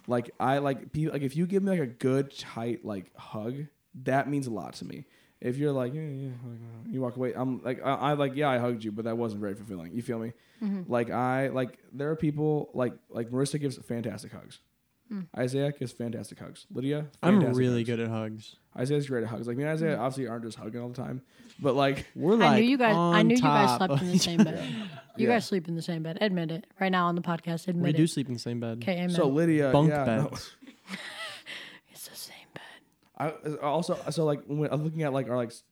Like I like people. Like if you give me like a good tight like hug, that means a lot to me. If you're like yeah yeah, like, uh, you walk away. I'm like I, I like yeah I hugged you, but that wasn't very fulfilling. You feel me? Like I like there are people like like Marissa gives fantastic hugs. Isaiah gives fantastic hugs. Lydia,
I'm
fantastic
really
hugs.
good at hugs.
Isaiah's great at hugs. Like me and Isaiah obviously aren't just hugging all the time, but like
We're like
I knew you guys I
on
knew you guys
top
slept in
of
the
each
same
other.
bed. You
Yeah.
guys sleep in the same bed. Admit it. Right now on the podcast, admit
We
it.
do sleep in the same bed.
okay, amen.
so Lydia
Bunk
Uh, yeah, no. [laughs]
beds.
it's the same bed.
I I also so like when I'm looking at like our like s-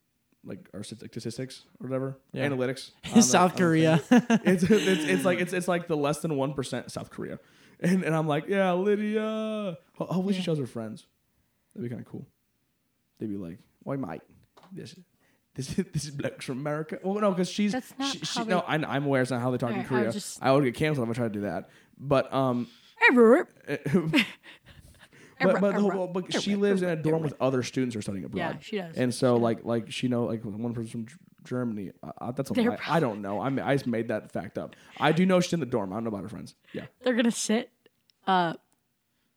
like our st- statistics or whatever
Yeah. [laughs]
analytics. on the-
South
on the
Korea.
thing. It's, it's it's like it's it's like the less than one percent South Korea, and and I'm like yeah Lydia. Ho- Hopefully she
Yeah.
shows her friends. That'd be kind of cool. They'd be like, why mate? This this [laughs] this is blokes from America. Well, no, because she's
That's not
she,
how
she, no.
they-
I, I'm aware it's not how they talk in
Alright, I
Korea.
was just-
I would get canceled if I tried to do that. But um,
Ever.
[laughs] but, but, the whole, but she lives in a dorm with other students who are studying abroad.
Yeah, she does.
And so like like she know like one person's from G- Germany. Uh, Uh, that's a
They're
lie. I don't know. I mean, I just made that fact up. I do know she's in the dorm. I don't know about her friends. Yeah.
They're gonna sit uh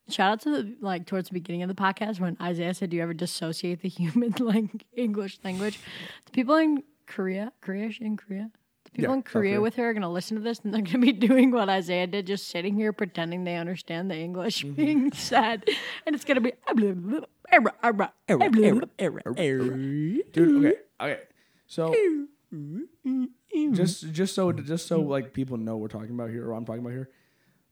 Shout out to the like towards the beginning of the podcast when Isaiah said, "Do you ever dissociate the human like English language?" The people in Korea, Korea, in Korea, the people
Yeah,
in
South
Korea
Korea.
with her are gonna listen to this and they're gonna be doing what Isaiah did, just sitting here pretending they understand the English being said, and it's gonna be
Dude, okay. Okay. So just just so just so like people know we're talking about here or I'm talking about here.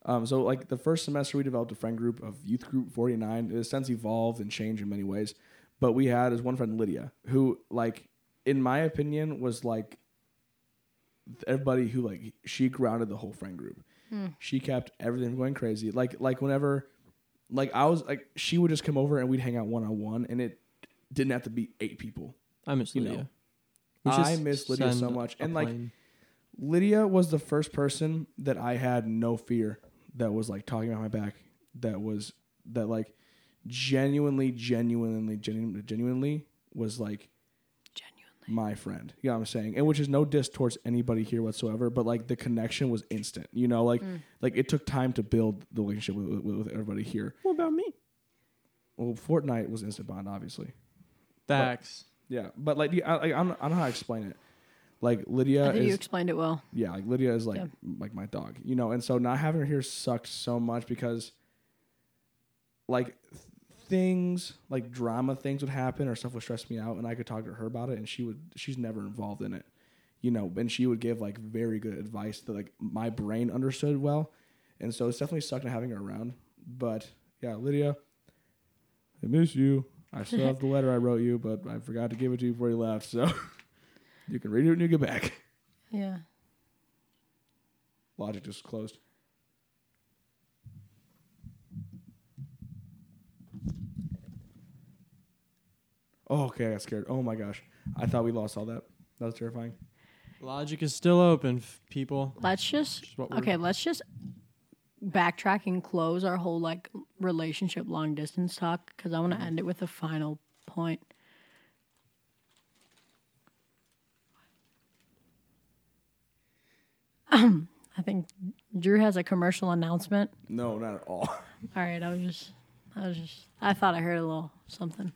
Um, so like the first semester we developed a friend group of youth group 49. It has since evolved and changed in many ways. But we had as one friend Lydia, who like in my opinion was like everybody who like she grounded the whole friend group. She kept everything going crazy. Like like whenever like I was like she would just come over and we'd hang out one on one and it didn't have to be eight people.
[laughs] I miss
You know.
Lydia.
I
should
miss Lydia so
send
much.
a
And, like,
plane.
Lydia was the first person that I had no fear that was like talking about my back. That was that like genuinely, genuinely, genuinely, genuinely was like
genuinely.
my friend. You know what I'm saying? And which is no diss towards anybody here whatsoever, but like the connection was instant. You know, like
Mm.
like it took time to build the relationship with, with, with everybody here.
What about me?
Well, Fortnite was instant bond, obviously.
Thanks.
Yeah, but like, yeah, I, like I'm, I don't know how to explain it. Like Lydia
I think you
is
explained it well.
yeah, like Lydia is like
Yeah.
like my dog, you know. And so not having her here sucked so much because like th- things like drama things would happen or stuff would stress me out, and I could talk to her about it, and she would she's never involved in it, you know. And she would give like very good advice that like my brain understood well, and so it's definitely sucked not having her around. But yeah, Lydia, I miss you. I still have the letter I wrote you, but I forgot to give it to you before you left, so [laughs] you can read it when you get back.
Yeah.
Logic just closed. Oh, okay, I got scared. Oh my gosh. I thought we lost all that. That was terrifying.
Logic is still open, f- people.
Let's just
Which is what we're-
okay. Let's just backtrack and close our whole like relationship long distance talk because I want to end it with a final point. [clears throat] I think Drew has a commercial announcement.
No, not at all.
All right, I was just, I was just, I thought I heard a little something.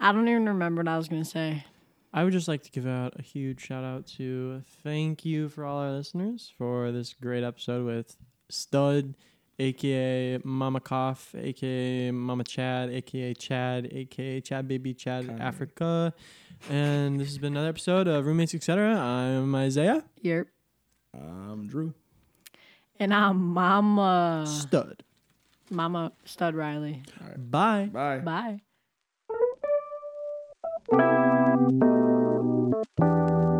I don't even remember what I was gonna say.
I would just like to give out a huge shout out to thank you for all our listeners for this great episode with Stud, aka Mama Cough, aka Mama Chad, aka Chad, aka Chad Baby Chad
Kinda.
Africa. And this has been another episode of Roommates Etc. I'm Isaiah
Yep,
I'm Drew.
and I'm Mama,
Stud.
Mama Stud Riley.
Bye.
Bye.
Bye.